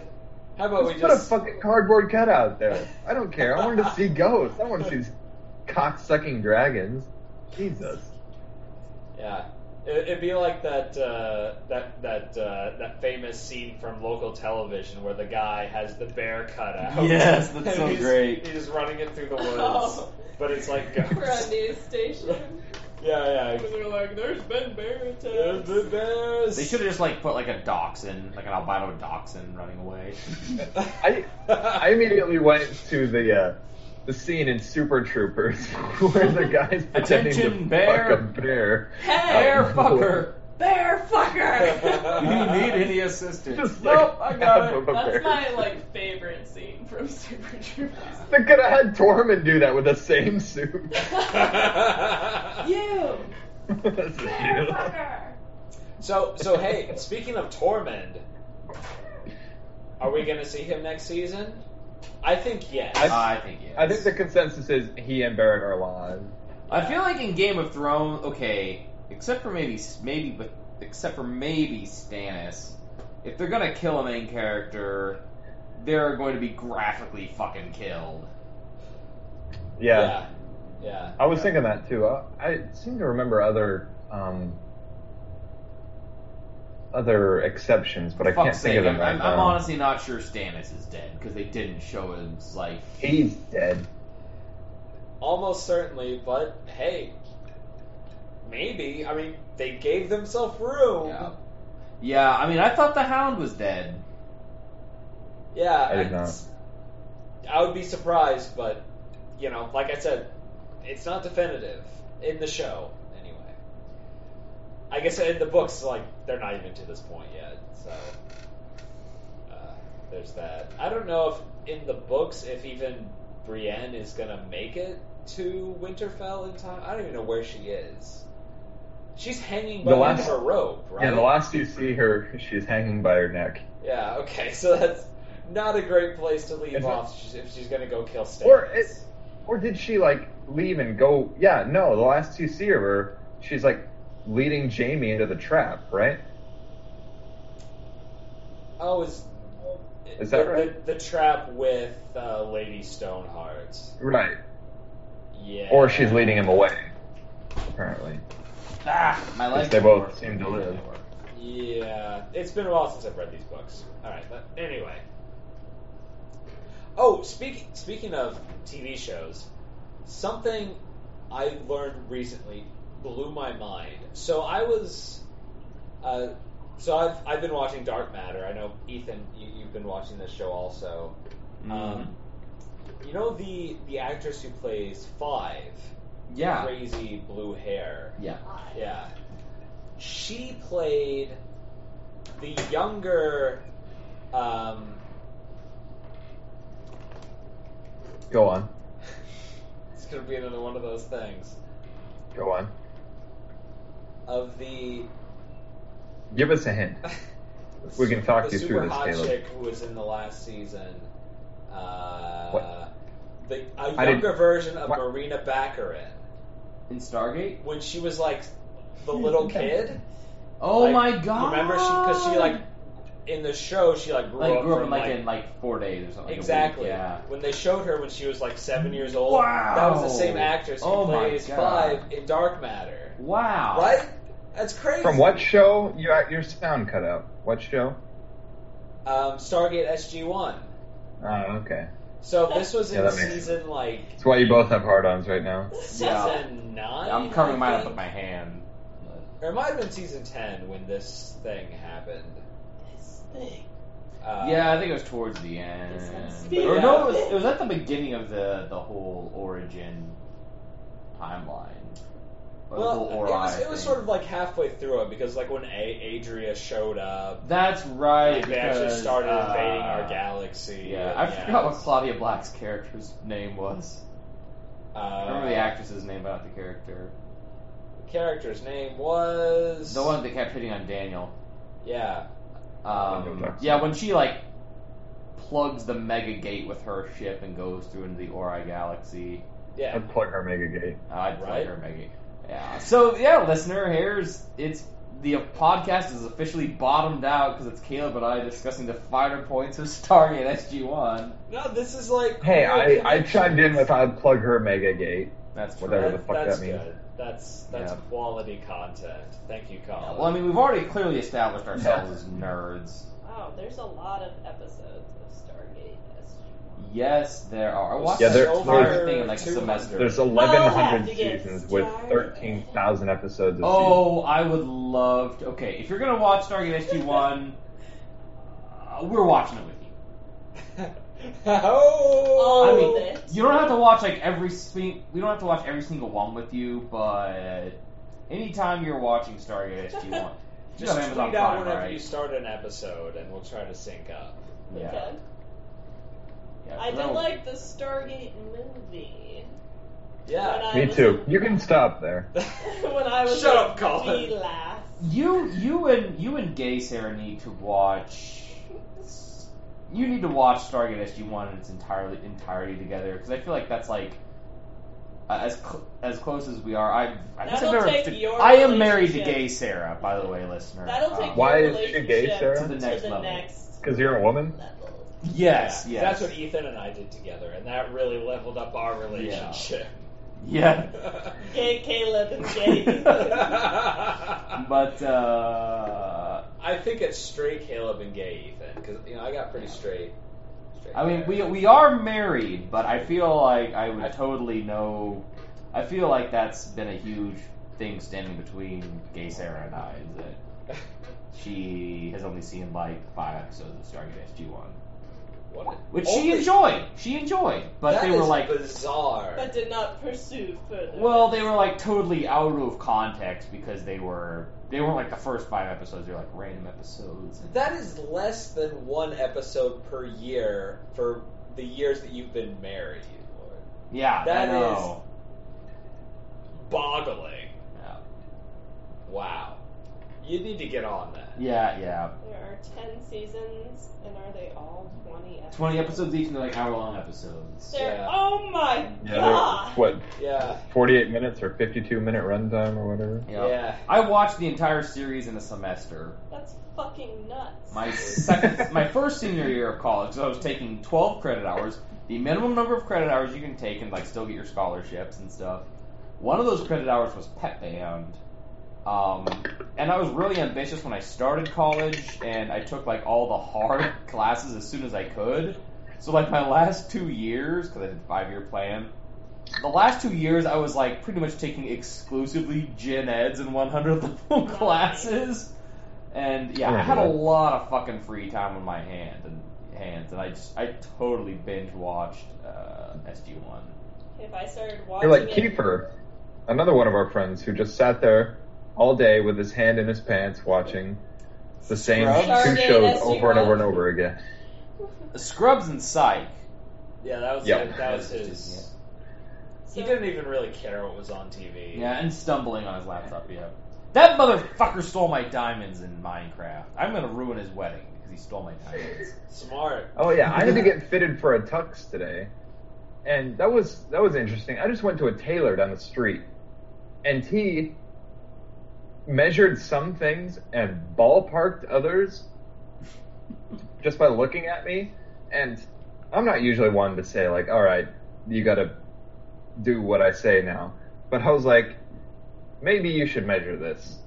How about we
Just put a
just
fucking cardboard cutout there. I don't care. I wanted to see ghosts. I want to see these cock-sucking dragons. Jesus.
Yeah, it, it'd be like that uh, that that uh, that famous scene from local television where the guy has the bear cut out.
Yes, that's
And
so
he's,
great.
He's running it through the woods,
Oh.
but it's like
We're on
ghosts.
news station.
yeah,
And
yeah.
they're like, there's been bear
There's
attacks.
the bears.
They should have just like put like a dachshund, like an albino dachshund, running away.
I- I immediately went to the uh, the scene in Super Troopers where the guy's pretending
Attention,
to
bear.
fuck a bear.
Hey!
Bear fucker.
Bear fucker!
Do you need any assistance?
Just like
nope, I got
half
it.
of a bear.
That's my like favorite scene from Super Troopers.
They could have had Tormund do that with the same suit.
You!
This is
Bear
you.
fucker!
so so hey, speaking of Tormund, are we gonna see him next season? I think yes.
I-
I think yes.
I think the consensus is he and Barrett are alive.
I feel like in Game of Thrones, okay, except for maybe maybe but except for maybe Stannis, if they're gonna kill a main character, they're going to be graphically fucking killed.
Yeah.
Yeah. yeah.
I was
yeah.
thinking that too. I, I seem to remember other um, other exceptions, but I
Fuck's
can't
sake,
think of them
I'm,
right
I'm,
now.
I'm honestly not sure Stannis is dead because they didn't show his like.
He's dead.
Almost certainly, but hey, maybe. I mean, they gave themselves room.
Yeah. Yeah, I mean, I thought the Hound was dead.
Yeah,
I did
and s- I would be surprised, but you know, like I said, it's not definitive in the show anyway. I guess in the books, like they're not even to this point yet, so uh, there's that. I don't know if in the books, if even Brienne is gonna make it to Winterfell in time. I don't even know where she is. She's hanging by
The
the end
last-
of her rope, right?
Yeah, the last you see her, she's hanging by her neck.
Yeah, okay, so that's not a great place to leave
If it-
off if she's, if she's going to go kill Stannis.
Or it, or did she like leave and go? Yeah, no. The last you see of her, she's like leading Jamie into the trap, right?
oh, is,
Is that
the,
right?
The, the trap with uh, Lady Stoneheart.
Right.
Yeah.
Or she's leading him away. Apparently,
Ah, my legs.
they
don't
both
work.
seem to live.
Yeah. It's been a while since I've read these books. All right, but anyway. Oh, speak, speaking of TV shows, something I learned recently blew my mind. So I was, uh, so I've I've been watching Dark Matter. I know Ethan, you, you've been watching this show also. Um, you know the the actress who plays Five,
yeah,
crazy blue hair.
yeah.
Yeah. She played the younger um
Go on.
it's gonna be another one of those things.
Go on.
Of the
Give us a hint. We can talk
the
you
super
through this,
hot
Caleb.
chick who was in the last season. Uh
What?
the a
I
younger
didn't-
version of
what?
Marina Baccarin
In Stargate.
when she was like the little kid.
Oh
Like,
my god!
Remember she because she like in the show, she like grew
Like
up
grew up in
from,
like, in like four days or something. like a week,
exactly.
yeah.
When they showed her when she was like seven years old,
Wow.
that was the same actress who
Oh my
plays
God.
Five in Dark Matter.
Wow.
Right? That's crazy.
From what show? You your sound cut out. What show?
Um, Stargate SG One.
Oh, okay.
So this was in
Yeah, that makes
season like
That's why you both have hard-ons right now.
season
Yeah.
nine.
I'm covering mine
I
up
think?
with my hand.
Or it might have been season ten when this thing happened.
This thing.
Uh,
yeah, I think it was towards the end.
Speed
Or no,
up.
it was, it was at the beginning of the the whole origin timeline. Or the
Well,
whole
it
Ori
was, it was
thing.
sort of like halfway through it because like when a- Adria showed up,
That's right.
like, they actually
because,
started
uh,
invading our galaxy.
Yeah, I
and,
forgot what Claudia Black's character's name was. I
Uh,
remember the actress's name, but not the character.
the character's name was
The one that kept hitting on Daniel.
Yeah,
Um, yeah, when she like plugs the mega gate with her ship and goes through into the Ori Galaxy,
yeah.
I'd plug her mega gate.
uh, I'd plug
Right.
her mega. Yeah. So yeah, listener, here's it's the podcast is officially bottomed out because it's Caleb and I discussing the finer points of Stargate SG One.
No, this is like
Hey,
real
I, I chimed in with I'd plug her mega gate.
That's true.
Whatever the
That-
fuck that
that's
means.
Good. That's that's
Yeah.
quality content. Thank you, Colin.
Well, I mean, we've already clearly established ourselves as nerds.
Wow, there's a lot of episodes of Stargate. SG.
Yes, there are. I watched
Yeah,
the
there-
entire
there's-
thing in like a
200.
semester.
There's
I'll
1,100
Oh, have to get
seasons with
started.
13,000 episodes. A season.
Oh, I would love to. Okay, if you're gonna watch Stargate SG One, uh, we're watching it with you.
oh,
I
All
mean,
of it.
You don't have to watch like every sing- we don't have to watch every single one with you, but anytime you're watching Stargate SG One,
just
have
tweet
Amazon
out
Prime,
whenever
right?
you start an episode, and we'll try to sync up.
yeah,
Okay.
yeah.
I
so
did
that-
like the Stargate movie.
Yeah.
When I
Me
was
too.
in-
You can stop there.
when I was
Shut
a
up, Colin.
wee lass.
you. You and you and Gay Sarah need to watch. You need to watch Stargate SG One in its entirely entirety together because I feel like that's like. Uh, as cl- as close as we are, I I guess
That'll
I've never.
take your
I am married to
relationship.
Gay Sarah, by the way, listener.
That'll take
Um,
Why
your
is she gay,
relationship
Sarah?
To the
To
next
the
level.
next
Because you're a woman?
level.
Yes,
Yeah.
yes.
That's what Ethan and I did together, and that really leveled up our relationship.
yeah.
Gay Caleb and gay Ethan.
But uh,
I think it's straight Caleb and gay Ethan because you know I got pretty straight. straight
I mean,
hair.
we we are married, but I feel like I would totally know. I feel like that's been a huge thing standing between gay Sarah and I is that she has only seen like five episodes of Stargate SG One,
What?
which she
Only-
enjoyed. She enjoyed, but
That
they were
is
like,
bizarre.
but did not pursue further.
well, they were like totally out of context because they were they weren't like the first five episodes. They're like random episodes. And,
That is less than one episode per year for the years that you've been married.
yeah,
that
I
is-
know.
Boggling.
Yeah.
Wow. You need to get on that.
Yeah, yeah.
There are ten seasons, and are they all twenty episodes?
20 episodes each, and they're like hour long episodes.
They're,
Yeah.
Oh my
Yeah.
god!
What,
Yeah.
48 minutes or 52 minute runtime or whatever?
Yeah.
Yeah.
I watched the entire series in a semester.
That's fucking nuts.
My second, my first senior year of college, so I was taking 12 credit hours, the minimum number of credit hours you can take and like still get your scholarships and stuff. One of those credit hours was pet band. Um, and I was really ambitious when I started college, and I took like all the hard classes as soon as I could. So like my last two years, because I did five year plan, the last two years I was like pretty much taking exclusively gen eds and 100 level
Nice.
classes, and yeah, I had a lot of fucking free time on my hand and hands, and I just I totally binge watched uh, SG One.
if I started watching
You're like
it,
Kiefer, another one of our friends who just sat there all day with his hand in his pants watching the same
Scrubs?
two
Stargate
shows
SG-1.
over and over and over again.
Scrubs and Psych.
Yeah, that was
Yep.
that was his
so
he didn't even really care what was on TV.
Yeah, and stumbling on his laptop. Yeah, that motherfucker stole my diamonds in Minecraft. I'm gonna ruin his wedding because he stole my diamonds.
Smart.
Oh yeah, I had to get fitted for a tux today, and that was that was interesting. I just went to a tailor down the street, and he measured some things and ballparked others, just by looking at me. And I'm not usually one to say like, "All right, you got to do what I say now." But I was like, "Maybe you should measure this."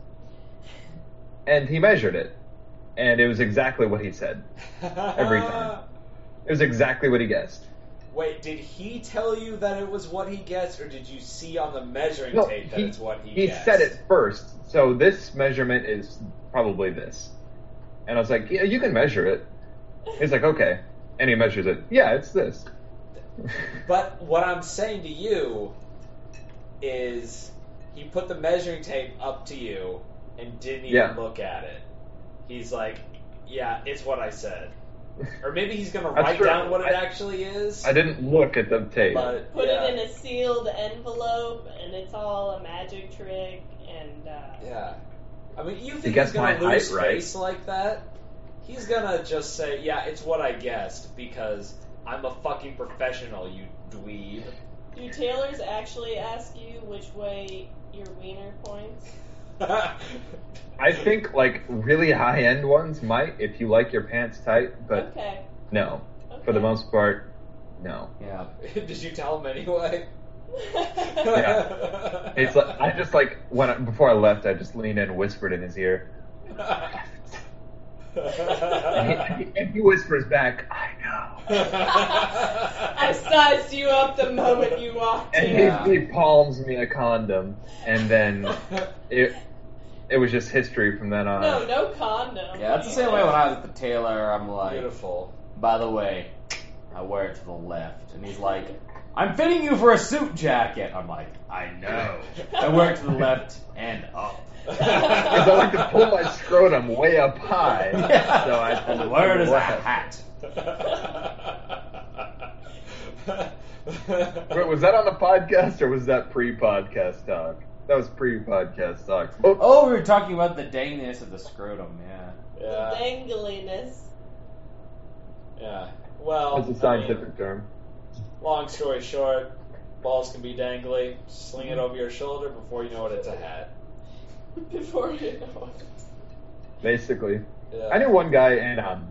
And he measured it, and it was exactly what he said. Every time. It was exactly what he guessed.
Wait, did he tell you that it was what he guessed, or did you see on the measuring
No,
tape that
he-
it's what he,
He
guessed?
said it first, so this measurement is probably this. And I was like, "Yeah, you can measure it." He's like, "Okay," and he measures it. Yeah, it's this.
But what I'm saying to you is he put the measuring tape up to you and didn't even
Yeah.
look at it. He's like, yeah, it's what I said. Or maybe he's going to
That's
write
true.
down what it
I-
actually is.
I didn't look at the tape.
but,
Put
yeah.
it in a sealed envelope, and it's all a magic trick. And uh,
Yeah. I mean, you
He
think he's
guessed
going to
my
lose
height, right?
face like that? He's going to just say, yeah, it's what I guessed because I'm a fucking professional, you dweeb.
do tailors actually ask you which way your wiener points?
I think like really high end ones might if you like your pants tight, but
okay.
no.
okay.
For the most part, no.
Yeah.
Did you tell him anyway?
Yeah. It's like I just like when I, before I left, I just leaned in and whispered in his ear. And he, and he whispers back, "I know."
I sized you up the moment you walked
And
in.
Yeah.
he, he palms me a condom, and then it it was just history from then on.
No, no condom.
Yeah, that's the same way when I was at the tailor. I'm like,
Beautiful.
by the way, I wear it to the left. And he's like, I'm fitting you for a suit jacket. I'm like, I know. I wear it to the left and up.
Because I like to pull my scrotum way up high, so I pulled
and
it to
the word
the
is a
left.
hat.
Wait, was that on the podcast or was that pre-podcast talk? That was pre-podcast talk. Oh,
Oh, we were talking about the dangness of the scrotum, yeah.
The
yeah,
dangliness.
yeah. Well,
that's oh, a
I mean,
scientific term.
long story short, balls can be dangly. Sling it over your shoulder before you know it. It's a hat.
Before you know it.
Basically,
Yeah.
I knew one guy in um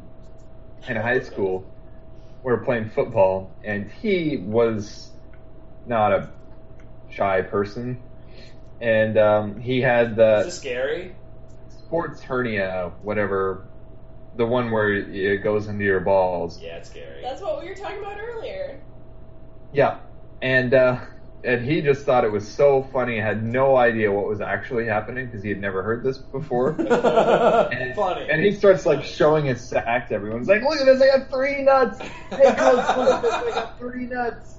in high school. We were playing football, and he was not a shy person, and um, he had
Is
the
this scary?
sports hernia, whatever, the one where it goes into your balls.
Yeah, it's scary.
That's what we were talking about earlier.
Yeah, and uh, and he just thought it was so funny. Had no idea what was actually happening because he had never heard this before. And,
Funny.
and he starts like showing his sack to everyone. He's like, "Look at this! I got three nuts. Hey, coach, look at this! I got three nuts."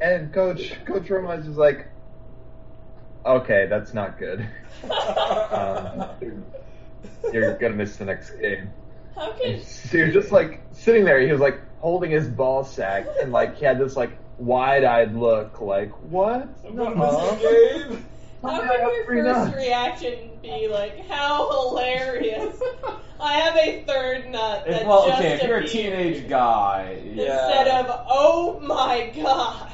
And coach, coach Roma's just like, "Okay, that's not good. Um, you're gonna miss the next game."
How
And
could
so you're just like sitting there. He was like holding his ball sack, and like he had this like wide-eyed look, like, "What?
What's the game?
how
I
could
got
your
three
first
nuts."
reaction be like, how hilarious? I have a third nut
If-
that
well,
just
okay, if you're a
appeared."
teenage guy,
Yeah.
Instead of, oh my god,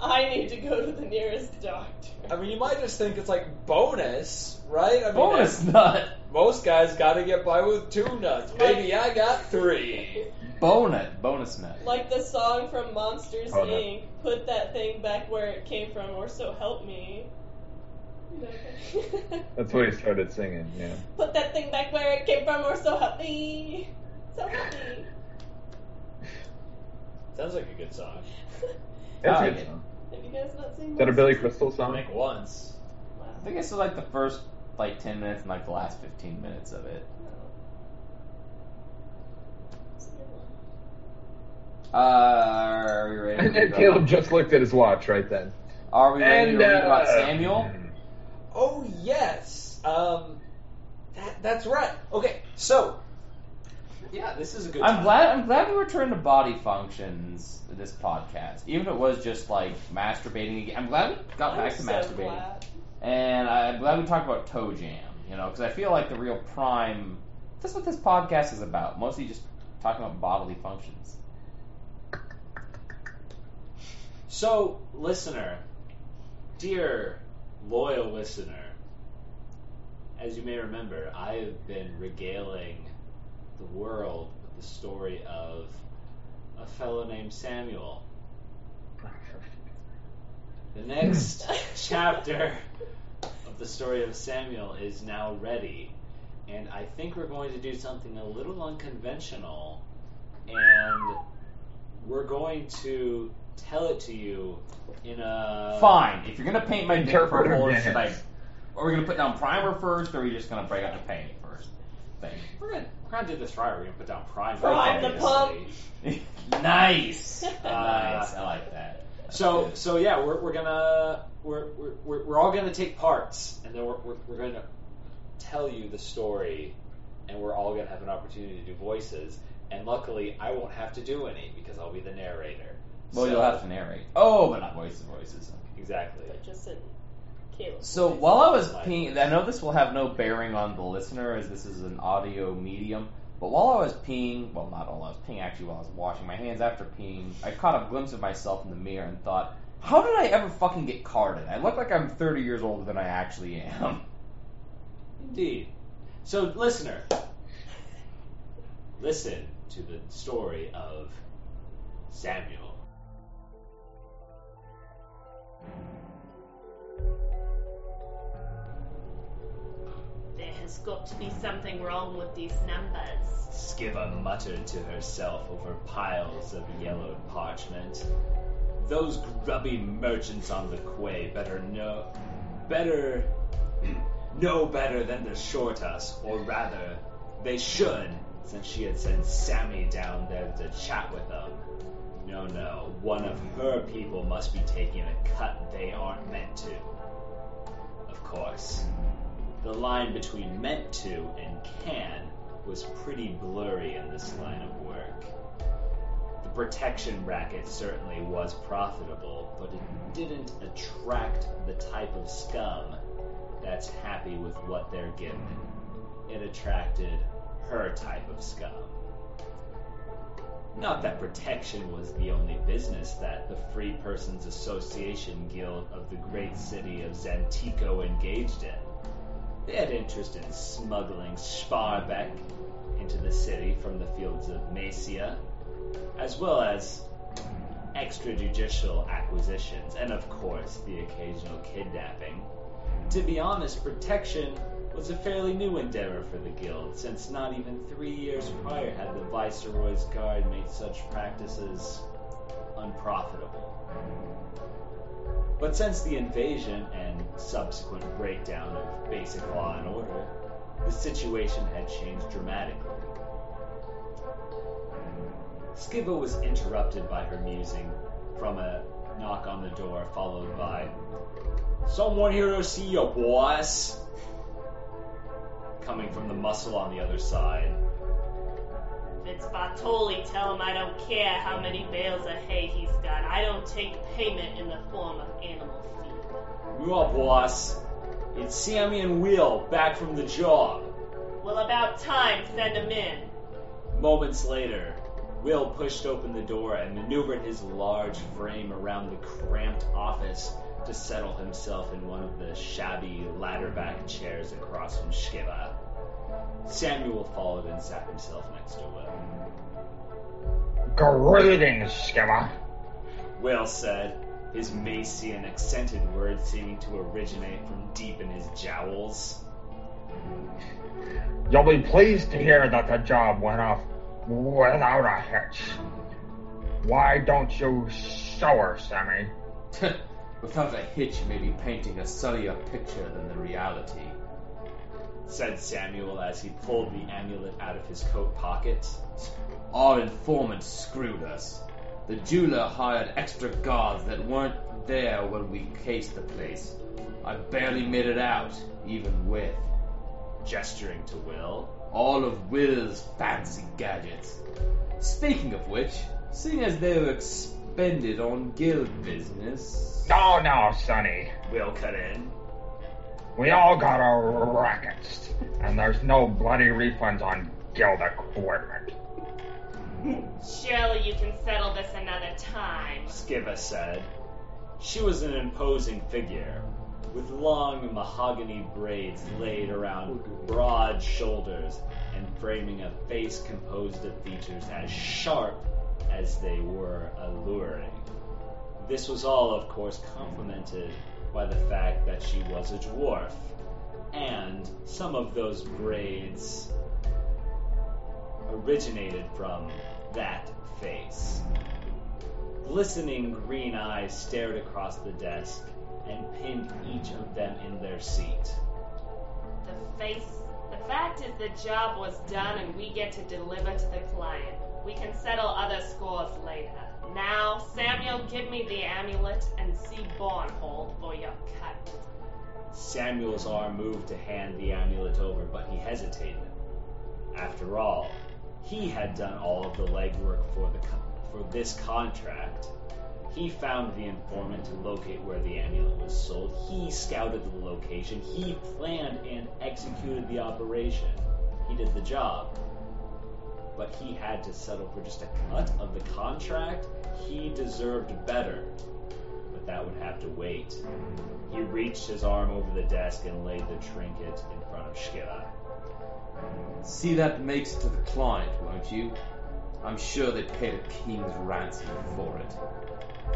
I need to go to the nearest doctor.
I mean, you might just think it's like bonus, right? I mean,
bonus nut,
Most guys got to get by with two nuts. Maybe I got three.
bonus, bonus nut.
Like the song from Monsters
Oh, no.
Inc. Put that thing back where it came from, or so help me. You know?
That's what he started singing. Yeah.
Put that thing back where it came from, or so help me. So help me.
Sounds like a good song.
That's
Ah,
a
yeah.
good song.
Have you guys not seen
Is that a
Monsters?
Billy Crystal
I
song?
think once.
I think this is like the first like ten minutes and like the last fifteen minutes of it. Uh, are we ready?
And,
to
and
read
Caleb
about-
just looked at his watch right then.
Are we ready
and
to read about
uh,
Samuel?
Oh yes. Um, that, that's right. Okay, so yeah, this is a good.
I'm
time.
glad. I'm glad we returned to body functions this podcast, even if it was just like masturbating again. I'm glad we got
I'm
back to
so
masturbating,
glad.
and I'm glad we talked about toe jam. You know, because I feel like the real prime. That's what this podcast is about. Mostly just talking about bodily functions.
So, listener, dear loyal listener, as you may remember, I have been regaling the world with the the story of a fellow named Samuel. The next chapter of the story of Samuel is now ready, and I think we're going to do something a little unconventional, and we're going to tell it to you in a
Fine. If you're gonna paint my dick
Interpreter
purple,
dance.
should I? Are we gonna put down primer first, or are we just gonna break out the paint first? Thing.
We're gonna, we're gonna do this right. We're gonna put down prime.
Prime the
obviously.
nice.
Uh,
nice. I like that. That's
So
good.
so yeah, we're, we're gonna we're, we're- we're we're all gonna take parts, and then we're, we're we're gonna tell you the story, and we're all gonna have an opportunity to do voices. And luckily, I won't have to do any because I'll be the narrator.
well,
So-
you'll have to narrate. Oh, but not voices. Voices.
exactly.
But just in Caleb's
So
voice.
while I was peeing, I know this will have no bearing on the listener as this is an audio medium. But while I was peeing, well, not while I was peeing, actually, while I was washing my hands after peeing, I caught a glimpse of myself in the mirror and thought, "How did I ever fucking get carded? I look like I'm 30 years older than I actually am."
Indeed. So, listener, listen to the story of Samuel.
There has got to be something wrong with these numbers.
Skiva muttered to herself over piles of yellowed parchment. Those grubby merchants on the quay better know better know better than to short us, or rather, they should, since she had sent Sammy down there to chat with them. No no, one of her people must be taking a cut they aren't meant to. Of course. The line between meant to and can was pretty blurry in this line of work. The protection racket certainly was profitable, but it didn't attract the type of scum that's happy with what they're given. It attracted her type of scum. Not that protection was the only business that the Free Persons Association Guild of the great city of Zantico engaged in. They had interest in smuggling Sparbeck into the city from the fields of Macia, as well as extrajudicial acquisitions, and of course the occasional kidnapping. To be honest, protection was a fairly new endeavor for the guild, since not even three years prior had the Viceroy's Guard made such practices unprofitable. But since the invasion and subsequent breakdown of basic law and order, the situation had changed dramatically. Skiba was interrupted by her musing from a knock on the door, followed by, Someone here to see you, boss! Coming from the muscle on the other side.
If it's Bartoli, tell him I don't care how many bales of hay he's got. I don't take payment in the form of animal feed.
You up, boss? It's Sammy and Will back from the job.
Well, about time, send him in.
Moments later, Will pushed open the door and maneuvered his large frame around the cramped office to settle himself in one of the shabby ladderback chairs across from Shiva. Samuel followed and sat himself next to Will.
Greetings, Skimmer.
Will said, his macy and accented words seeming to originate from deep in his jowls.
You'll be pleased to hear that the job went off without a hitch. Why don't you sour, Sammy?
Without a hitch, maybe painting a sunnier picture than the reality.
Said Samuel as he pulled the amulet out of his coat pocket.
Our informant screwed us. The jeweler hired extra guards that weren't there when we cased the place. I barely made it out, even with
Gesturing to Will,
all of Will's fancy gadgets. Speaking of which, seeing as they were expended on guild business.
No, Oh, no, Sonny.
Will cut in.
We all got our rackets, and there's no bloody refunds on guild equipment.
Surely you can settle this another time.
Skiva said. She was an imposing figure, with long mahogany braids laid around broad shoulders and framing a face composed of features as sharp as they were alluring. This was all, of course, complemented by the fact that she was a dwarf, and some of those braids originated from that face. Glistening green eyes stared across the desk and pinned each of them in their seat.
The face. The fact is, the job was done and we get to deliver to the client. We can settle other scores later. Now, Samuel, give me the amulet and see Bornhold for your cut.
Samuel's arm moved to hand the amulet over, but he hesitated. After all, he had done all of the legwork for the co- for this contract. He found the informant to locate where the amulet was sold. He scouted the location. He planned and executed the operation. He did the job. But he had to settle for just a cut of the contract. He deserved better. But that would have to wait. He reached his arm over the desk and laid the trinket in front of Shkira.
See that makes it to the client, won't you? I'm sure they paid a king's ransom for it.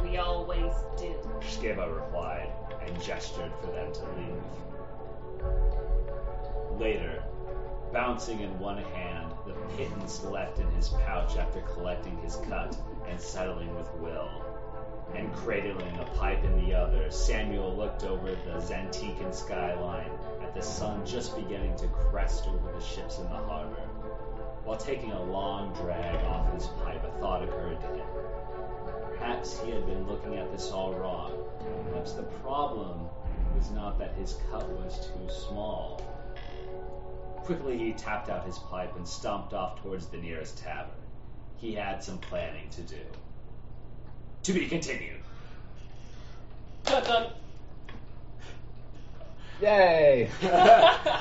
We always do.
Skiba replied and gestured for them to leave. Later, bouncing in one hand, the pittance left in his pouch after collecting his cut and settling with Will, and cradling a pipe in the other, Samuel looked over the Zantican skyline at the sun just beginning to crest over the ships in the harbor. While taking a long drag off his pipe, a thought occurred to him. Perhaps he had been looking at this all wrong. Perhaps the problem was not that his cut was too small. Quickly, he tapped out his pipe and stomped off towards the nearest tavern. He had some planning to do. To be continued.
Dun, dun.
Yay! That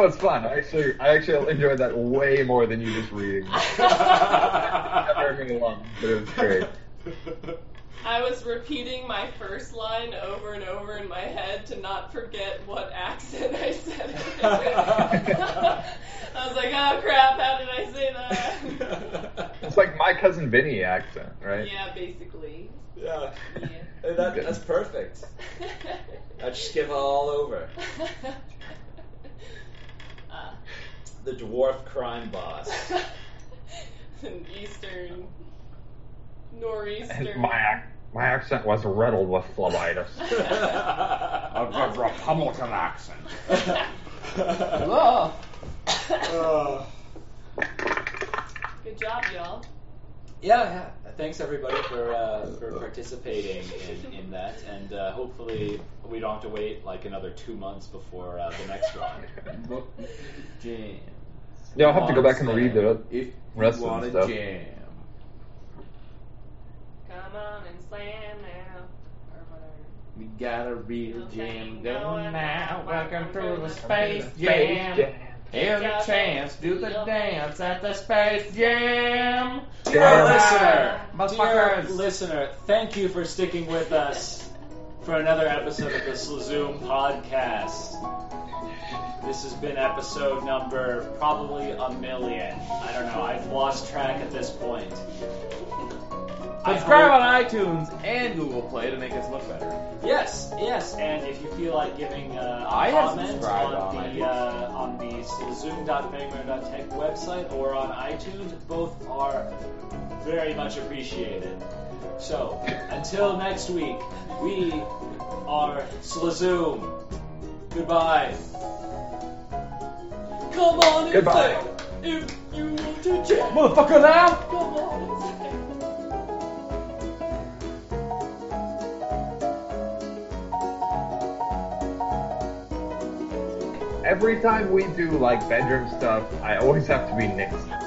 was fun. I actually, I actually enjoyed that way more than you just reading. That hurt me along, but it was great.
I was repeating my first line over and over in my head to not forget what accent I said it in. I was like, oh crap, how did I say that?
It's like my cousin Vinny accent, right?
Yeah, basically.
yeah,
Yeah.
that, that's perfect. I just give all over.
uh,
The dwarf crime boss.
an eastern, nor'easter.
And My ac- my accent was riddled with phlebitis.
A, a Republican accent.
Uh,
Good job, y'all.
yeah, yeah. Thanks everybody for uh, for participating in, in that, and uh, hopefully we don't have to wait like another two months before uh, the next one.
Book jam.
Yeah, I'll have to go back and read
Wanna
the
slam If you
rest of the
wanna
stuff.
jam.
Come on and slam now. Or whatever.
We got a real
Okay,
jam
no
going
one-
now. Welcome to the Space
Space
Jam. Here's a chance. Do the
Yeah.
dance at the Space Jam.
Dear
Jam.
listener, dear
Motherfuckers.
listener, thank you for sticking with us for another episode of the Slazoom podcast. This has been episode number probably a million. I don't know. I've lost track at this point. I
Subscribe
hope-
on iTunes and Google Play to make us look better.
Yes, yes, and if you feel like giving uh, a
I have
comment
subscribed
on,
on
the uh, on the zoom.fangmer.tech website or on iTunes, both are very much appreciated. So, until next week, we are Slazoom. Goodbye.
Come on and
Goodbye.
play if you want to jam.
Motherfucker now!
Come on and slam.
Every time we do like bedroom stuff, I always have to be Nixon.